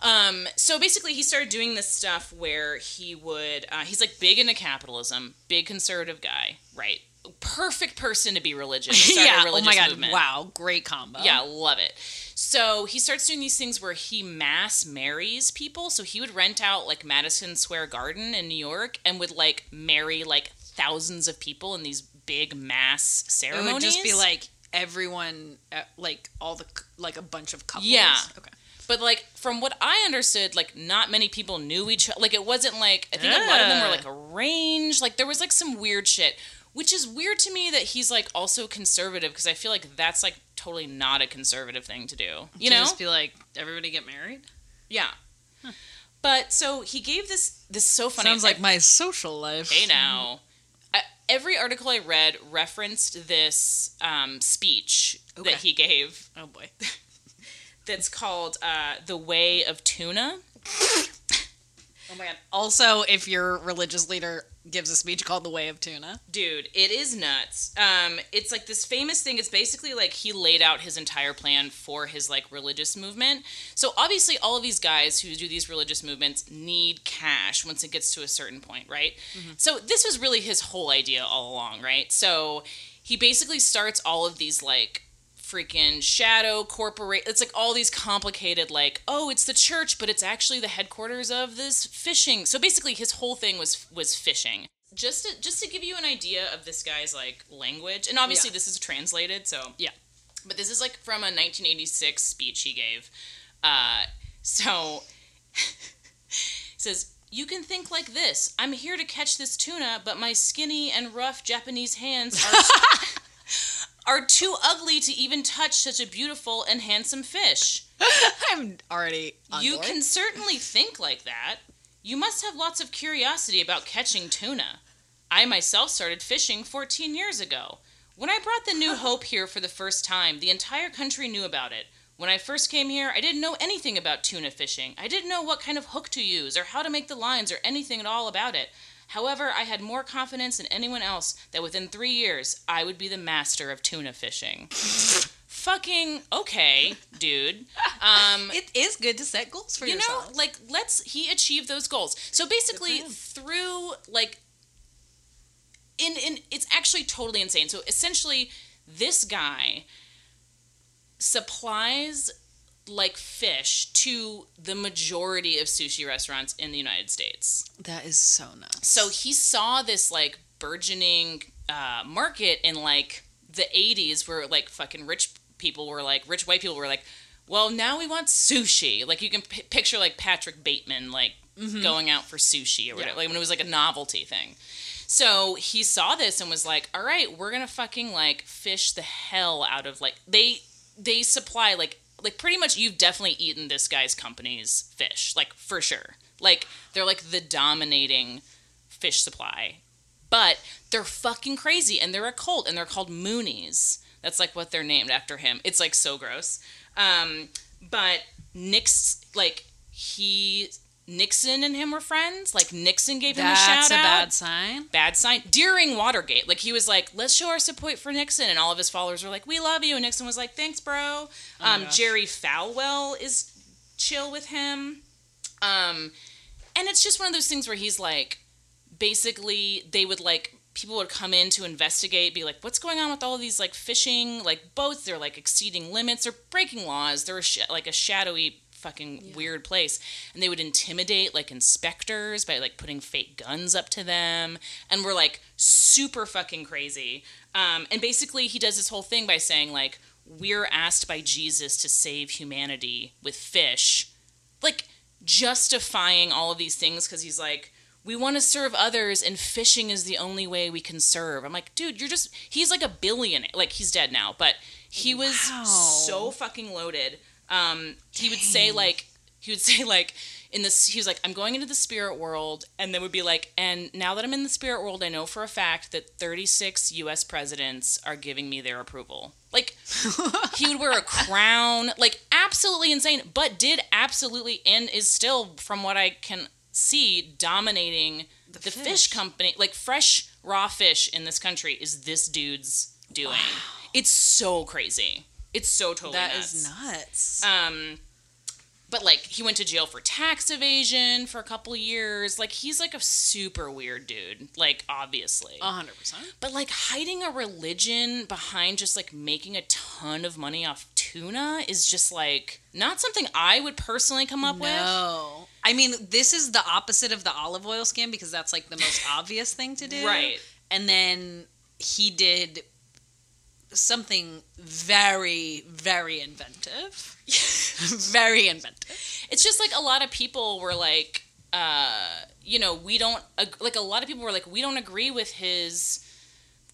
[SPEAKER 2] Um, so basically, he started doing this stuff where he would, uh, he's like big into capitalism, big conservative guy, right? Perfect person to be religious. start a
[SPEAKER 1] yeah. Oh
[SPEAKER 2] religious
[SPEAKER 1] my god.
[SPEAKER 2] movement.
[SPEAKER 1] Wow. Great combo.
[SPEAKER 2] Yeah, love it. So he starts doing these things where he mass marries people. So he would rent out like Madison Square Garden in New York and would like marry like thousands of people in these big mass
[SPEAKER 1] It
[SPEAKER 2] ceremonies.
[SPEAKER 1] would just be like everyone, uh, like all the c- like a bunch of couples.
[SPEAKER 2] Yeah.
[SPEAKER 1] Okay.
[SPEAKER 2] But like from what I understood, like not many people knew each other. Like it wasn't like I think a lot of them were
[SPEAKER 1] Yeah.
[SPEAKER 2] like arranged. Like there was like some weird shit, which is weird to me that he's like also conservative because I feel like that's like totally not a conservative thing to do. You
[SPEAKER 1] To
[SPEAKER 2] know?
[SPEAKER 1] just be like everybody get married.
[SPEAKER 2] Yeah. But so he gave this this is so funny.
[SPEAKER 1] Sounds like my social life.
[SPEAKER 2] hey now. I, every article I read referenced this um, speech
[SPEAKER 1] Okay.
[SPEAKER 2] that he gave
[SPEAKER 1] Oh boy.
[SPEAKER 2] that's called uh, "The Way of Tuna." oh my god,
[SPEAKER 1] Also, if your religious leader gives a speech called "The Way of Tuna,"
[SPEAKER 2] dude, it is nuts. Um, it's like this famous thing. It's basically like he laid out his entire plan for his like religious movement. So obviously, all of these guys who do these religious movements need cash once it gets to a certain point, right? Mm-hmm. So this was really his whole idea all along, right? So he basically starts all of these like freaking shadow corporate it's like all these complicated like oh it's the church but it's actually the headquarters of this fishing so basically his whole thing was was fishing just to, just to give you an idea of this guy's like language and obviously
[SPEAKER 1] Yeah.
[SPEAKER 2] this is translated so
[SPEAKER 1] yeah,
[SPEAKER 2] but this is like from a 1986 speech he gave. Uh, so it says, "You can think like this. I'm here to catch this tuna, but my skinny and rough Japanese hands are are too ugly to even touch such a beautiful and handsome fish."
[SPEAKER 1] I'm already. On
[SPEAKER 2] you
[SPEAKER 1] board.
[SPEAKER 2] can certainly think like that. You must have lots of curiosity about catching tuna. I myself started fishing 14 years ago. When I brought
[SPEAKER 1] Oh.
[SPEAKER 2] the New Hope here for the first time, the entire country knew about it. When I first came here, I didn't know anything about tuna fishing. I didn't know what kind of hook to use or how to make the lines or anything at all about it. However, I had more confidence than anyone else that within three years, I would be the master of tuna fishing. Fucking okay, dude. Um,
[SPEAKER 1] It is good to set goals for
[SPEAKER 2] you
[SPEAKER 1] yourself.
[SPEAKER 2] know like let's he achieved those goals so basically
[SPEAKER 1] Good for him.
[SPEAKER 2] through like in in it's actually totally insane so essentially this guy supplies like fish to the majority of sushi restaurants in the united states
[SPEAKER 1] that is so nuts.
[SPEAKER 2] so he saw this like burgeoning uh, market in like the 80s where like fucking rich people were like rich white people were like well now we want sushi like you can p- picture like patrick bateman like going out for sushi or whatever
[SPEAKER 1] Yeah.
[SPEAKER 2] like when it was like a novelty thing so he saw this and was like all right we're gonna fucking like fish the hell out of like they they supply like like pretty much you've definitely eaten this guy's company's fish like for sure like they're like the dominating fish supply but they're fucking crazy and they're a cult and they're called moonies that's like what they're named after him it's like so gross um but nick's like he nixon and him were friends like nixon gave him a shout
[SPEAKER 1] That's a
[SPEAKER 2] out
[SPEAKER 1] bad sign.
[SPEAKER 2] bad sign during Watergate. Like he was like, "Let's show our support for Nixon," and all of his followers were like, "We love you." And Nixon was like, "Thanks, bro."
[SPEAKER 1] Oh my
[SPEAKER 2] Um,
[SPEAKER 1] gosh.
[SPEAKER 2] Jerry Falwell is chill with him, um, and it's just one of those things where he's like, basically, they would like people would come in to investigate, be like, "What's going on with all of these like fishing like boats? They're like exceeding limits, they're breaking laws, they're a sh- like a shadowy." fucking weird place. And they would intimidate like inspectors by like putting fake guns up to them and were like super fucking crazy. Um, and basically, he does this whole thing by saying, like, we're asked by Jesus to save humanity with fish. Like, justifying all of these things because he's like, we want to serve others and fishing is the only way we can serve. I'm like, dude, you're just, he's like a billionaire. Like, he's dead now, but he was
[SPEAKER 1] Wow.
[SPEAKER 2] so fucking loaded. Um, he would say, like, he would say, like, in this, he was like, I'm going into the spirit world. And then would be like, and now that I'm in the spirit world, I know for a fact that 36 US presidents are giving me their approval. Like, he would wear a crown like absolutely insane but did absolutely and is still from what i can see dominating the, fish.
[SPEAKER 1] fish.
[SPEAKER 2] company like fresh raw fish in this country is this dude's doing it's so crazy it's so totally
[SPEAKER 1] That
[SPEAKER 2] nuts.
[SPEAKER 1] is nuts.
[SPEAKER 2] um but like he went to jail for tax evasion for a couple years like he's like a super weird dude like obviously
[SPEAKER 1] A hundred percent.
[SPEAKER 2] but like hiding a religion behind just like making a ton of money off tuna is just like not something I would personally come up with.
[SPEAKER 1] No. I mean, this is the opposite of the olive oil scam because that's like the most obvious thing to do.
[SPEAKER 2] Right.
[SPEAKER 1] And then he did something very, very inventive. very inventive.
[SPEAKER 2] It's just like a lot of people were like, uh, you know, we don't ag- like a lot of people were like, we don't agree with his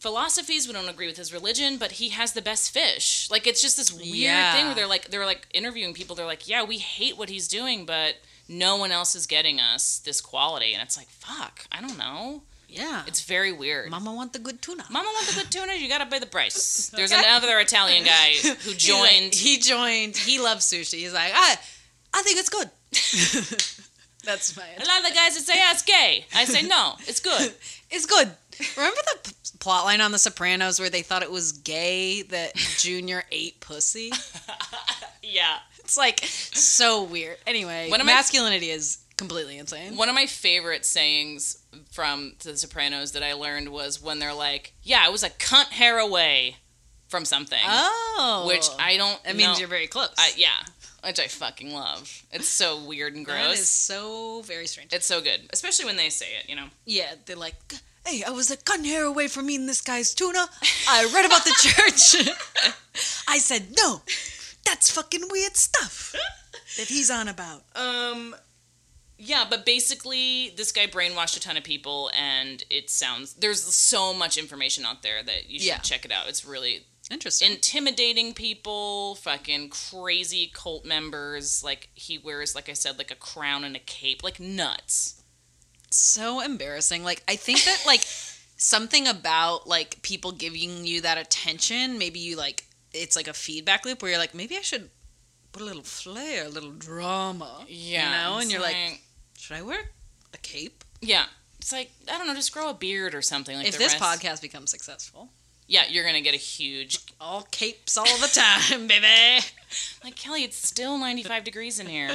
[SPEAKER 2] philosophies, we don't agree with his religion, but he has the best fish. Like it's just this weird
[SPEAKER 1] Yeah.
[SPEAKER 2] thing where they're like they're like interviewing people, they're like, yeah, we hate what he's doing, but no one else is getting us this quality, and it's like, fuck, I don't know.
[SPEAKER 1] Yeah.
[SPEAKER 2] It's very weird.
[SPEAKER 1] Mama want the good tuna.
[SPEAKER 2] Mama wants a good tuna. You gotta pay the price. There's
[SPEAKER 1] Okay.
[SPEAKER 2] another Italian guy who
[SPEAKER 1] He's like-
[SPEAKER 2] joined.
[SPEAKER 1] he joined. He loves sushi. He's like, I, I think it's good. That's my.
[SPEAKER 2] A lot of the guys that say, yeah, it's gay. I say, no, it's good.
[SPEAKER 1] It's good. Remember the p- plot line on The Sopranos where they thought it was gay that Junior ate pussy?
[SPEAKER 2] Yeah.
[SPEAKER 1] It's like so weird. Anyway,
[SPEAKER 2] One of my-
[SPEAKER 1] masculinity is completely insane.
[SPEAKER 2] One of my favorite sayings from The Sopranos that I learned was when they're like, yeah, I was a cunt hair away from something.
[SPEAKER 1] Oh,
[SPEAKER 2] Which I don't
[SPEAKER 1] that means
[SPEAKER 2] know-
[SPEAKER 1] you're very close.
[SPEAKER 2] I, yeah. Which I fucking love. It's so weird and gross.
[SPEAKER 1] That is so very strange.
[SPEAKER 2] It's so good. Especially when they say it, you know.
[SPEAKER 1] Yeah, they're like, hey, I was a gun hair away from eating this guy's tuna. I read about the church. I said, no, that's fucking weird stuff that he's on about.
[SPEAKER 2] Um, yeah, but basically, this guy brainwashed a ton of people, and it sounds there's so much information out there that you should
[SPEAKER 1] Yeah.
[SPEAKER 2] check it out. It's really
[SPEAKER 1] Interesting.
[SPEAKER 2] intimidating people, fucking crazy cult members. Like he wears, like I said, like a crown and a cape, like nuts.
[SPEAKER 1] so embarrassing. Like I think that like something about like people giving you that attention, maybe you like it's like a feedback loop where you're like, maybe I should put a little flair, a little drama. You know?
[SPEAKER 2] it's
[SPEAKER 1] And you're like, should I wear a cape?
[SPEAKER 2] yeah. It's like I don't know, just grow a beard or something. Like
[SPEAKER 1] if
[SPEAKER 2] the
[SPEAKER 1] this
[SPEAKER 2] rest.
[SPEAKER 1] podcast becomes successful.
[SPEAKER 2] yeah, you're gonna get a huge
[SPEAKER 1] All capes all the time, baby.
[SPEAKER 2] like Kelly. It's still 95 degrees in here.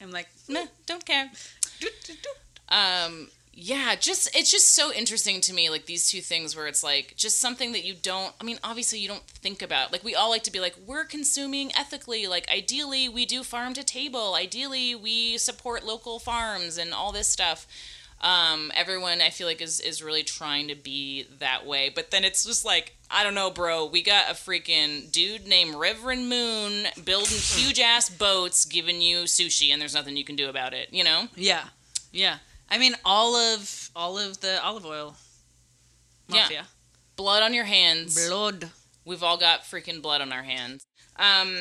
[SPEAKER 1] I'm like,
[SPEAKER 2] Meh, don't care.
[SPEAKER 1] "Doot, doot, doot."
[SPEAKER 2] um yeah just it's just so interesting to me like these two things where it's like just something that you don't i mean obviously you don't think about like we all like to be like we're consuming ethically like ideally we do farm to table ideally we support local farms and all this stuff um everyone i feel like is is really trying to be that way but then it's just like i don't know bro we got a freaking dude named reverend moon building huge ass boats giving you sushi and there's nothing you can do about it you know
[SPEAKER 1] yeah, yeah. I mean, all of all of the olive oil
[SPEAKER 2] Yeah.
[SPEAKER 1] mafia,
[SPEAKER 2] blood on your hands.
[SPEAKER 1] blood.
[SPEAKER 2] We've all got freaking blood on our hands. Um,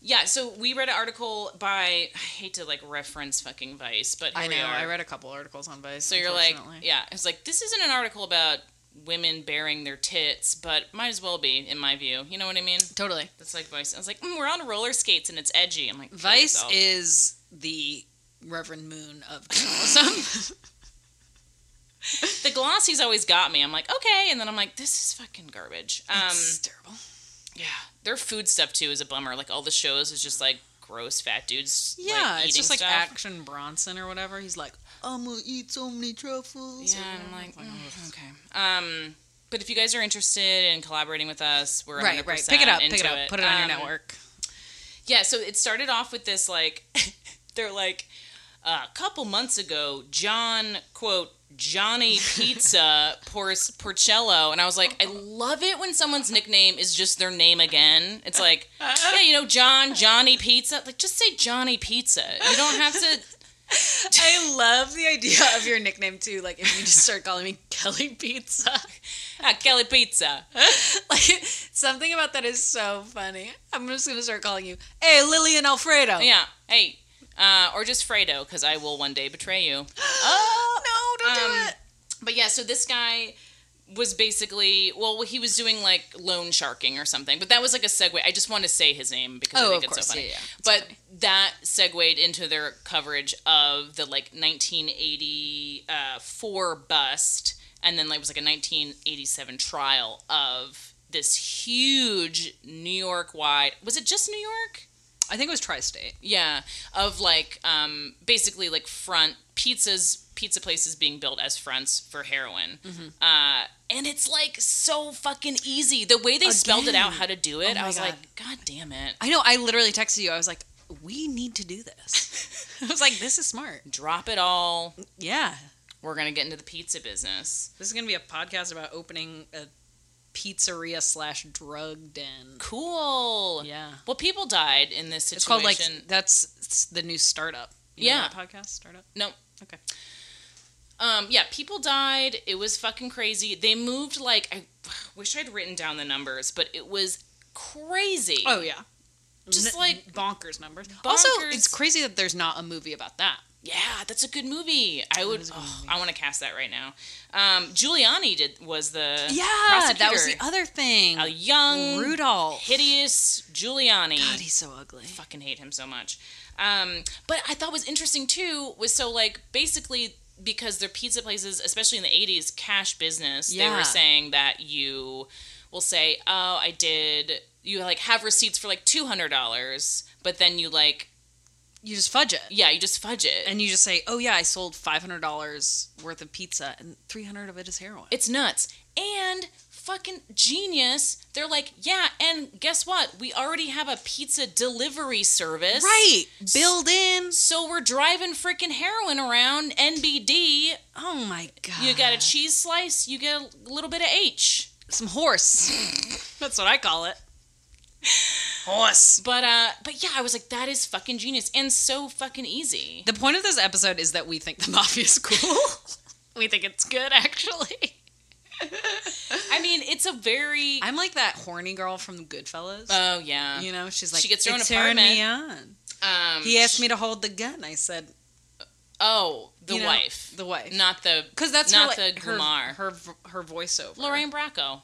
[SPEAKER 2] yeah, so we read an article by I hate to like reference fucking Vice, but here
[SPEAKER 1] I know.
[SPEAKER 2] We are.
[SPEAKER 1] I read a couple articles on Vice.
[SPEAKER 2] So you're like,
[SPEAKER 1] unfortunately.
[SPEAKER 2] yeah, it's like this isn't an article about women bearing their tits, but might as well be in my view. You know what I mean?
[SPEAKER 1] totally.
[SPEAKER 2] That's like Vice. I was like, mm, we're on roller skates and it's edgy. I'm like, kill
[SPEAKER 1] Vice
[SPEAKER 2] yourself.
[SPEAKER 1] is the Reverend Moon of journalism.
[SPEAKER 2] the glossy's always got me. I'm like, okay, and then I'm like, this is fucking garbage. Um,
[SPEAKER 1] it's terrible.
[SPEAKER 2] yeah, their food stuff too is a bummer. Like all the shows is just like gross fat dudes. like,
[SPEAKER 1] Yeah, it's
[SPEAKER 2] eating
[SPEAKER 1] just like
[SPEAKER 2] stuff.
[SPEAKER 1] Action Bronson or whatever. He's like, I'm gonna eat so many truffles.
[SPEAKER 2] Yeah,
[SPEAKER 1] or
[SPEAKER 2] I'm like,
[SPEAKER 1] whatever.
[SPEAKER 2] "Mm, okay. Um, but if you guys are interested in collaborating with us, we're
[SPEAKER 1] right,
[SPEAKER 2] 100%
[SPEAKER 1] right. Pick it up,
[SPEAKER 2] into
[SPEAKER 1] pick it up, put it on your
[SPEAKER 2] Um,
[SPEAKER 1] network.
[SPEAKER 2] Yeah, so it started off with this like they're like uh, a couple months ago, John quote Johnny Pizza Por- Porcello, and I was like, I love it when someone's nickname is just their name again. It's like, yeah, you know, John Johnny Pizza. Like, just say Johnny Pizza. You don't have to.
[SPEAKER 1] I love the idea of your nickname too. Like if you just start calling me Kelly Pizza,
[SPEAKER 2] Ah, Kelly Pizza.
[SPEAKER 1] like something about that is so funny. I'm just gonna start calling you, hey Lillian Alfredo.
[SPEAKER 2] Yeah. Hey. Uh, or just Fredo, because I will one day betray you.
[SPEAKER 1] Oh no, don't
[SPEAKER 2] Um,
[SPEAKER 1] do it.
[SPEAKER 2] But yeah, so this guy was basically well, he was doing like loan sharking or something. But that was like a segue. I just want to say his name because
[SPEAKER 1] Oh,
[SPEAKER 2] I think
[SPEAKER 1] of
[SPEAKER 2] it's
[SPEAKER 1] course,
[SPEAKER 2] so funny.
[SPEAKER 1] yeah, yeah. It's
[SPEAKER 2] But that segued into their coverage of the like 1984 bust, and then like it was like a 1987 trial of this huge New York wide. Was it just New York?
[SPEAKER 1] I think it was Tri-State.
[SPEAKER 2] Yeah, of like um, basically like front pizzas, pizza places being built as fronts for heroin.
[SPEAKER 1] Mm-hmm.
[SPEAKER 2] Uh, and it's like so fucking easy. The way they spelled it
[SPEAKER 1] Again.
[SPEAKER 2] out how to do it,
[SPEAKER 1] Oh
[SPEAKER 2] I
[SPEAKER 1] my
[SPEAKER 2] was
[SPEAKER 1] God.
[SPEAKER 2] like, God damn it.
[SPEAKER 1] I know. I literally texted you. I was like, we need to do this. I was like, this is smart.
[SPEAKER 2] Drop it all.
[SPEAKER 1] Yeah,
[SPEAKER 2] We're going to get into the pizza business.
[SPEAKER 1] this is gonna be a podcast about opening a pizzeria slash drug den.
[SPEAKER 2] Cool.
[SPEAKER 1] Yeah.
[SPEAKER 2] Well, people died in this situation.
[SPEAKER 1] It's called like that's it's the new startup. You know
[SPEAKER 2] Yeah.
[SPEAKER 1] that podcast startup.
[SPEAKER 2] no.
[SPEAKER 1] Okay.
[SPEAKER 2] Um, yeah, people died. It was fucking crazy. They moved like I wish I'd written down the numbers, but it was crazy.
[SPEAKER 1] Oh yeah,
[SPEAKER 2] Just like-
[SPEAKER 1] bonkers numbers. Also,
[SPEAKER 2] Bonkers.
[SPEAKER 1] it's crazy that there's not a movie about that.
[SPEAKER 2] Yeah, that's a good movie. I would.
[SPEAKER 1] is a good
[SPEAKER 2] oh,
[SPEAKER 1] movie.
[SPEAKER 2] I want to cast that right now. Um, Giuliani did was the
[SPEAKER 1] that was the
[SPEAKER 2] prosecutor.
[SPEAKER 1] other thing.
[SPEAKER 2] a young
[SPEAKER 1] Rudolph.
[SPEAKER 2] hideous Giuliani.
[SPEAKER 1] God, he's so ugly.
[SPEAKER 2] fucking hate him so much. Um, but I thought was interesting too was so like basically because their pizza places, especially in the eighties, cash business. They
[SPEAKER 1] Yeah.
[SPEAKER 2] were saying that you will say, "Oh, I did." You like have receipts for like two hundred dollars, but then you like
[SPEAKER 1] You just fudge it,
[SPEAKER 2] yeah, you just fudge it.
[SPEAKER 1] and you just say, "Oh yeah, I sold five hundred dollars worth of pizza, and three hundred of it is heroin."
[SPEAKER 2] It's nuts. And fucking genius. They're like, yeah, and guess what? We already have a pizza delivery service.
[SPEAKER 1] right, build in.
[SPEAKER 2] So we're driving freaking heroin around NBD.
[SPEAKER 1] Oh my god,
[SPEAKER 2] You got a cheese slice, you get a little bit of H.
[SPEAKER 1] some horse. that's what I call it. Horse.
[SPEAKER 2] But uh but yeah, I was like that is fucking genius and so fucking easy.
[SPEAKER 1] The point of this episode is that we think the mafia is cool. we think it's good, actually.
[SPEAKER 2] I mean, it's a very
[SPEAKER 1] I'm like that horny girl from Goodfellas.
[SPEAKER 2] Oh yeah.
[SPEAKER 1] you know, she's like,
[SPEAKER 2] she gets her own
[SPEAKER 1] "It turned me on.
[SPEAKER 2] Um
[SPEAKER 1] He asked me to hold the gun. I said,
[SPEAKER 2] Oh, the
[SPEAKER 1] you know,
[SPEAKER 2] wife.
[SPEAKER 1] the wife,
[SPEAKER 2] Not the
[SPEAKER 1] because that's
[SPEAKER 2] not
[SPEAKER 1] her, like,
[SPEAKER 2] the
[SPEAKER 1] her-
[SPEAKER 2] Gumar.
[SPEAKER 1] her, her voiceover.
[SPEAKER 2] Lorraine Bracco.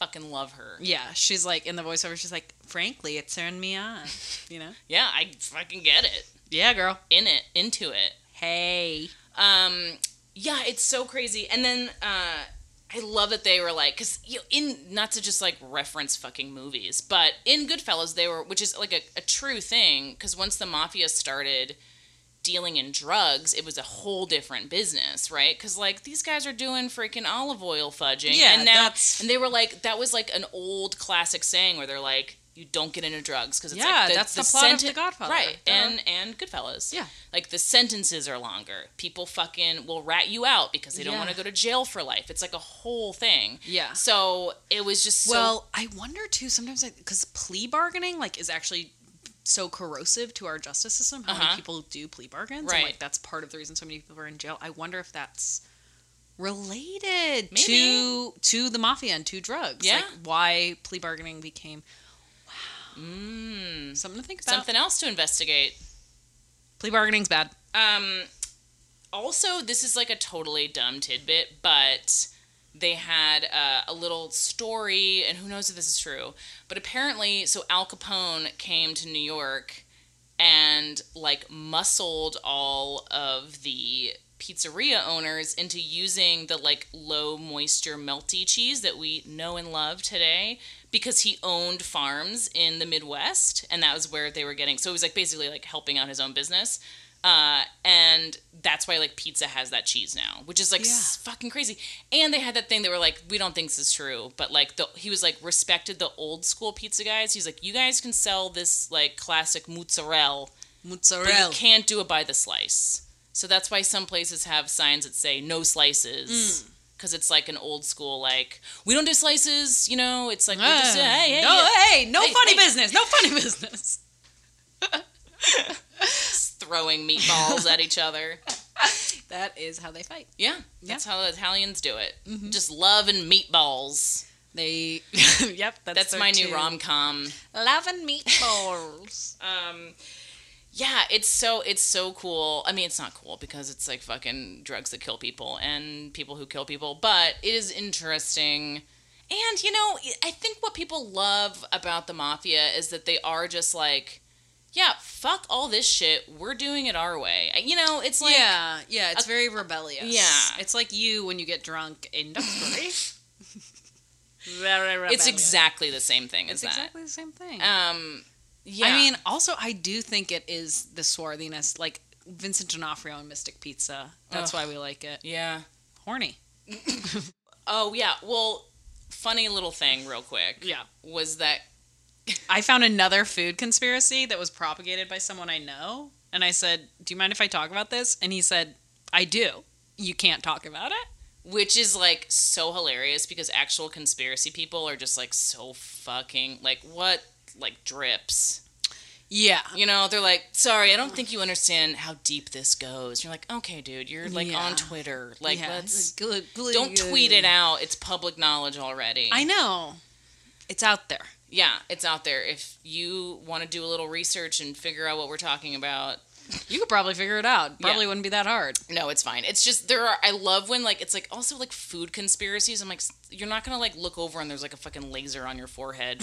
[SPEAKER 2] Fucking love her.
[SPEAKER 1] Yeah, she's like in the voiceover. She's like, frankly, it turned me on. You know?
[SPEAKER 2] Yeah, I fucking get it.
[SPEAKER 1] yeah, girl.
[SPEAKER 2] In it, into it.
[SPEAKER 1] Hey,
[SPEAKER 2] Um, yeah, it's so crazy. And then uh, I love that they were like, because you know, in not to just like reference fucking movies, but in Goodfellas they were, which is like a, a true thing, because once the mafia started dealing in drugs, it was a whole different business, right? Because like these guys are doing freaking olive oil fudging,
[SPEAKER 1] Yeah,
[SPEAKER 2] and now
[SPEAKER 1] that's-
[SPEAKER 2] and they were like, that was like an old classic saying where they're like. You don't get into drugs because it's
[SPEAKER 1] Yeah,
[SPEAKER 2] like the,
[SPEAKER 1] that's the plot of The
[SPEAKER 2] senten-
[SPEAKER 1] Godfather.
[SPEAKER 2] right?
[SPEAKER 1] Duh.
[SPEAKER 2] And and Goodfellas.
[SPEAKER 1] Yeah.
[SPEAKER 2] Like the sentences are longer. People fucking will rat you out because they don't
[SPEAKER 1] Yeah.
[SPEAKER 2] want to go to jail for life. It's like a whole thing.
[SPEAKER 1] Yeah.
[SPEAKER 2] So it was just so
[SPEAKER 1] Well, I wonder too. Sometimes, because plea bargaining, like, is actually so corrosive to our justice system. How
[SPEAKER 2] Uh-huh.
[SPEAKER 1] many people do plea bargains?
[SPEAKER 2] Right.
[SPEAKER 1] And, like, that's part of the reason so many people are in jail. I wonder if that's related
[SPEAKER 2] Maybe.
[SPEAKER 1] to to the mafia and to drugs.
[SPEAKER 2] Yeah.
[SPEAKER 1] Like, why plea bargaining became
[SPEAKER 2] mm,
[SPEAKER 1] something to think about.
[SPEAKER 2] something else to investigate.
[SPEAKER 1] Plea bargaining's bad.
[SPEAKER 2] Um, also, this is like a totally dumb tidbit, but they had uh, a little story, and who knows if this is true, but apparently, so Al Capone came to New York and like muscled all of the pizzeria owners into using the like low moisture melty cheese that we know and love today because he owned farms in the Midwest and that was where they were getting so it was like basically like helping out his own business Uh, and that's why like pizza has that cheese now, which is like s- fucking crazy. And they had that thing they were like, we don't think this is true, but like the he was like respected the old school pizza guys. He's like, you guys can sell this like classic mozzarella, but you
[SPEAKER 1] Mozzarella.
[SPEAKER 2] can't do it by the slice. So that's why some places have signs that say no slices. Because it's like an old school, like we don't do slices, you know. It's like we
[SPEAKER 1] Ah,
[SPEAKER 2] just, hey, hey,
[SPEAKER 1] no,
[SPEAKER 2] yeah.
[SPEAKER 1] hey, no
[SPEAKER 2] Hey,
[SPEAKER 1] funny
[SPEAKER 2] hey.
[SPEAKER 1] business. No funny business.
[SPEAKER 2] throwing meatballs at each other.
[SPEAKER 1] That is how they fight.
[SPEAKER 2] Yeah, that's how the Italians do it. Just love and meatballs.
[SPEAKER 1] They, yep, that's,
[SPEAKER 2] That's
[SPEAKER 1] their
[SPEAKER 2] my new
[SPEAKER 1] two.
[SPEAKER 2] rom com.
[SPEAKER 1] Love and meatballs.
[SPEAKER 2] Um, yeah, it's so it's so cool. I mean, it's not cool because it's like fucking drugs that kill people and people who kill people, but it is interesting. And you know, I think what people love about the mafia is that they are just like, yeah, fuck all this shit. We're doing it our way. You know, it's like
[SPEAKER 1] yeah, yeah, it's very rebellious.
[SPEAKER 2] Yeah.
[SPEAKER 1] it's like you when you get drunk in Duxbury. very rebellious.
[SPEAKER 2] it's exactly the same thing
[SPEAKER 1] It's
[SPEAKER 2] as that.
[SPEAKER 1] exactly the same thing.
[SPEAKER 2] Um, yeah,
[SPEAKER 1] I mean, also, I do think it is the swarthiness, like Vincent D'Onofrio and Mystic Pizza. That's why we like it.
[SPEAKER 2] yeah.
[SPEAKER 1] Horny.
[SPEAKER 2] Oh yeah. Well, funny little thing, real quick.
[SPEAKER 1] Yeah.
[SPEAKER 2] Was that
[SPEAKER 1] I found another food conspiracy that was propagated by someone I know. And I said, Do you mind if I talk about this? And he said, I do. You can't talk about it.
[SPEAKER 2] which is like so hilarious because actual conspiracy people are just like so fucking like what like drips.
[SPEAKER 1] Yeah.
[SPEAKER 2] You know, they're like, sorry, I don't think you understand how deep this goes. You're like, okay, dude, you're like
[SPEAKER 1] Yeah.
[SPEAKER 2] on Twitter. Like,
[SPEAKER 1] yeah.
[SPEAKER 2] let's
[SPEAKER 1] Good- good-
[SPEAKER 2] don't tweet it out. It's public knowledge already.
[SPEAKER 1] I know. It's out there.
[SPEAKER 2] yeah, it's out there. If you want to do a little research and figure out what we're talking about,
[SPEAKER 1] You could probably figure it out. Probably
[SPEAKER 2] Yeah.
[SPEAKER 1] wouldn't be that hard.
[SPEAKER 2] No, it's fine. It's just there are. I love when like it's like also like food conspiracies. I'm like, s- you're not gonna like look over and there's like a fucking laser on your forehead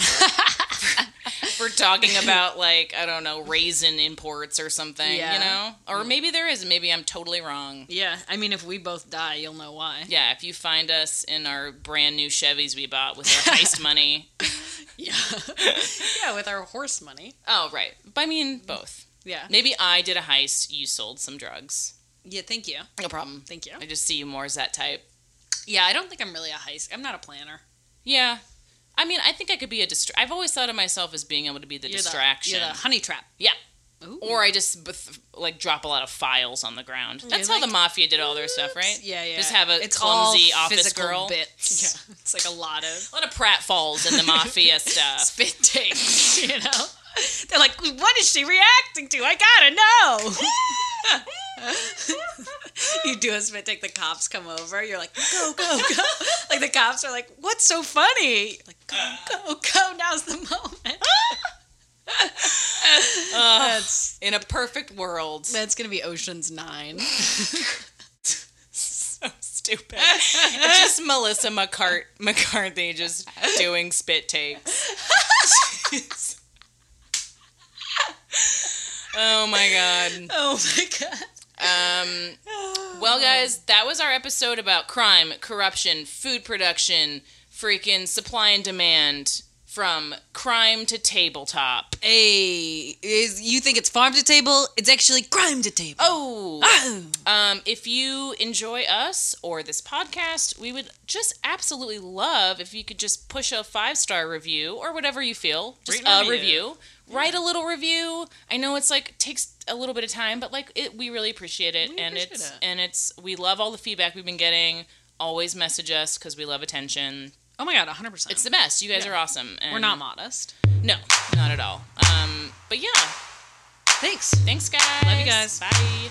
[SPEAKER 2] for, for talking about like I don't know raisin imports or something.
[SPEAKER 1] Yeah.
[SPEAKER 2] You know, or maybe there is. Maybe I'm totally wrong.
[SPEAKER 1] Yeah. I mean, if we both die, you'll know why.
[SPEAKER 2] Yeah, if you find us in our brand new Chevys we bought with our heist money.
[SPEAKER 1] Yeah. yeah, with our horse money.
[SPEAKER 2] Oh right, but I mean both.
[SPEAKER 1] Yeah.
[SPEAKER 2] Maybe I did a heist. You sold some drugs.
[SPEAKER 1] Yeah, thank you.
[SPEAKER 2] No problem.
[SPEAKER 1] Thank you.
[SPEAKER 2] I just see you more as that type.
[SPEAKER 1] Yeah, I don't think I'm really a heist. I'm not a planner.
[SPEAKER 2] Yeah. I mean, I think I could be a dist- I've always thought of myself as being able to be the distraction.
[SPEAKER 1] The, you're the honey trap.
[SPEAKER 2] yeah.
[SPEAKER 1] Ooh.
[SPEAKER 2] Or I just bef- like drop a lot of files on the ground. That's how
[SPEAKER 1] like-
[SPEAKER 2] the mafia did all their stuff, right?
[SPEAKER 1] Yeah, yeah.
[SPEAKER 2] Just have a
[SPEAKER 1] it's
[SPEAKER 2] clumsy
[SPEAKER 1] all
[SPEAKER 2] office
[SPEAKER 1] physical
[SPEAKER 2] girl.
[SPEAKER 1] Bits. Yeah, it's like a lot of
[SPEAKER 2] A lot of pratfalls in the mafia stuff.
[SPEAKER 1] spit takes. You know, they're like, "What is she reacting to? I gotta know." you do a spit take. The cops come over. You're like, "Go, go, go!" Like the cops are like, "What's so funny?" You're like, "Go, go, go!" Now's the moment.
[SPEAKER 2] Ugh.
[SPEAKER 1] That's
[SPEAKER 2] in a perfect world.
[SPEAKER 1] that's gonna be Ocean's Nine.
[SPEAKER 2] so stupid. it's just Melissa McCart- McCarthy just doing spit takes. She's- oh my god.
[SPEAKER 1] Oh my god.
[SPEAKER 2] Um, well, guys, that was our episode about crime, corruption, food production, freaking supply and demand from crime to tabletop.
[SPEAKER 1] Hey, is you think it's farm to table? It's actually crime to table.
[SPEAKER 2] Oh!
[SPEAKER 1] Oh.
[SPEAKER 2] Um, if you enjoy us or this podcast, we would just absolutely love if you could just push a five star review or whatever you feel. Just
[SPEAKER 1] Rate and
[SPEAKER 2] a
[SPEAKER 1] review.
[SPEAKER 2] review. Write a little review. I know it's like takes a little bit of time, but like it, we really appreciate it,
[SPEAKER 1] We
[SPEAKER 2] and
[SPEAKER 1] appreciate
[SPEAKER 2] it's
[SPEAKER 1] it.
[SPEAKER 2] and it's we love all the feedback we've been getting. Always message us because we love attention.
[SPEAKER 1] Oh my god, 100%.
[SPEAKER 2] It's the best. You guys
[SPEAKER 1] Yeah.
[SPEAKER 2] are awesome. And
[SPEAKER 1] We're not modest.
[SPEAKER 2] No, not at all. Um, but yeah,
[SPEAKER 1] Thanks.
[SPEAKER 2] thanks guys.
[SPEAKER 1] guys.
[SPEAKER 2] Bye.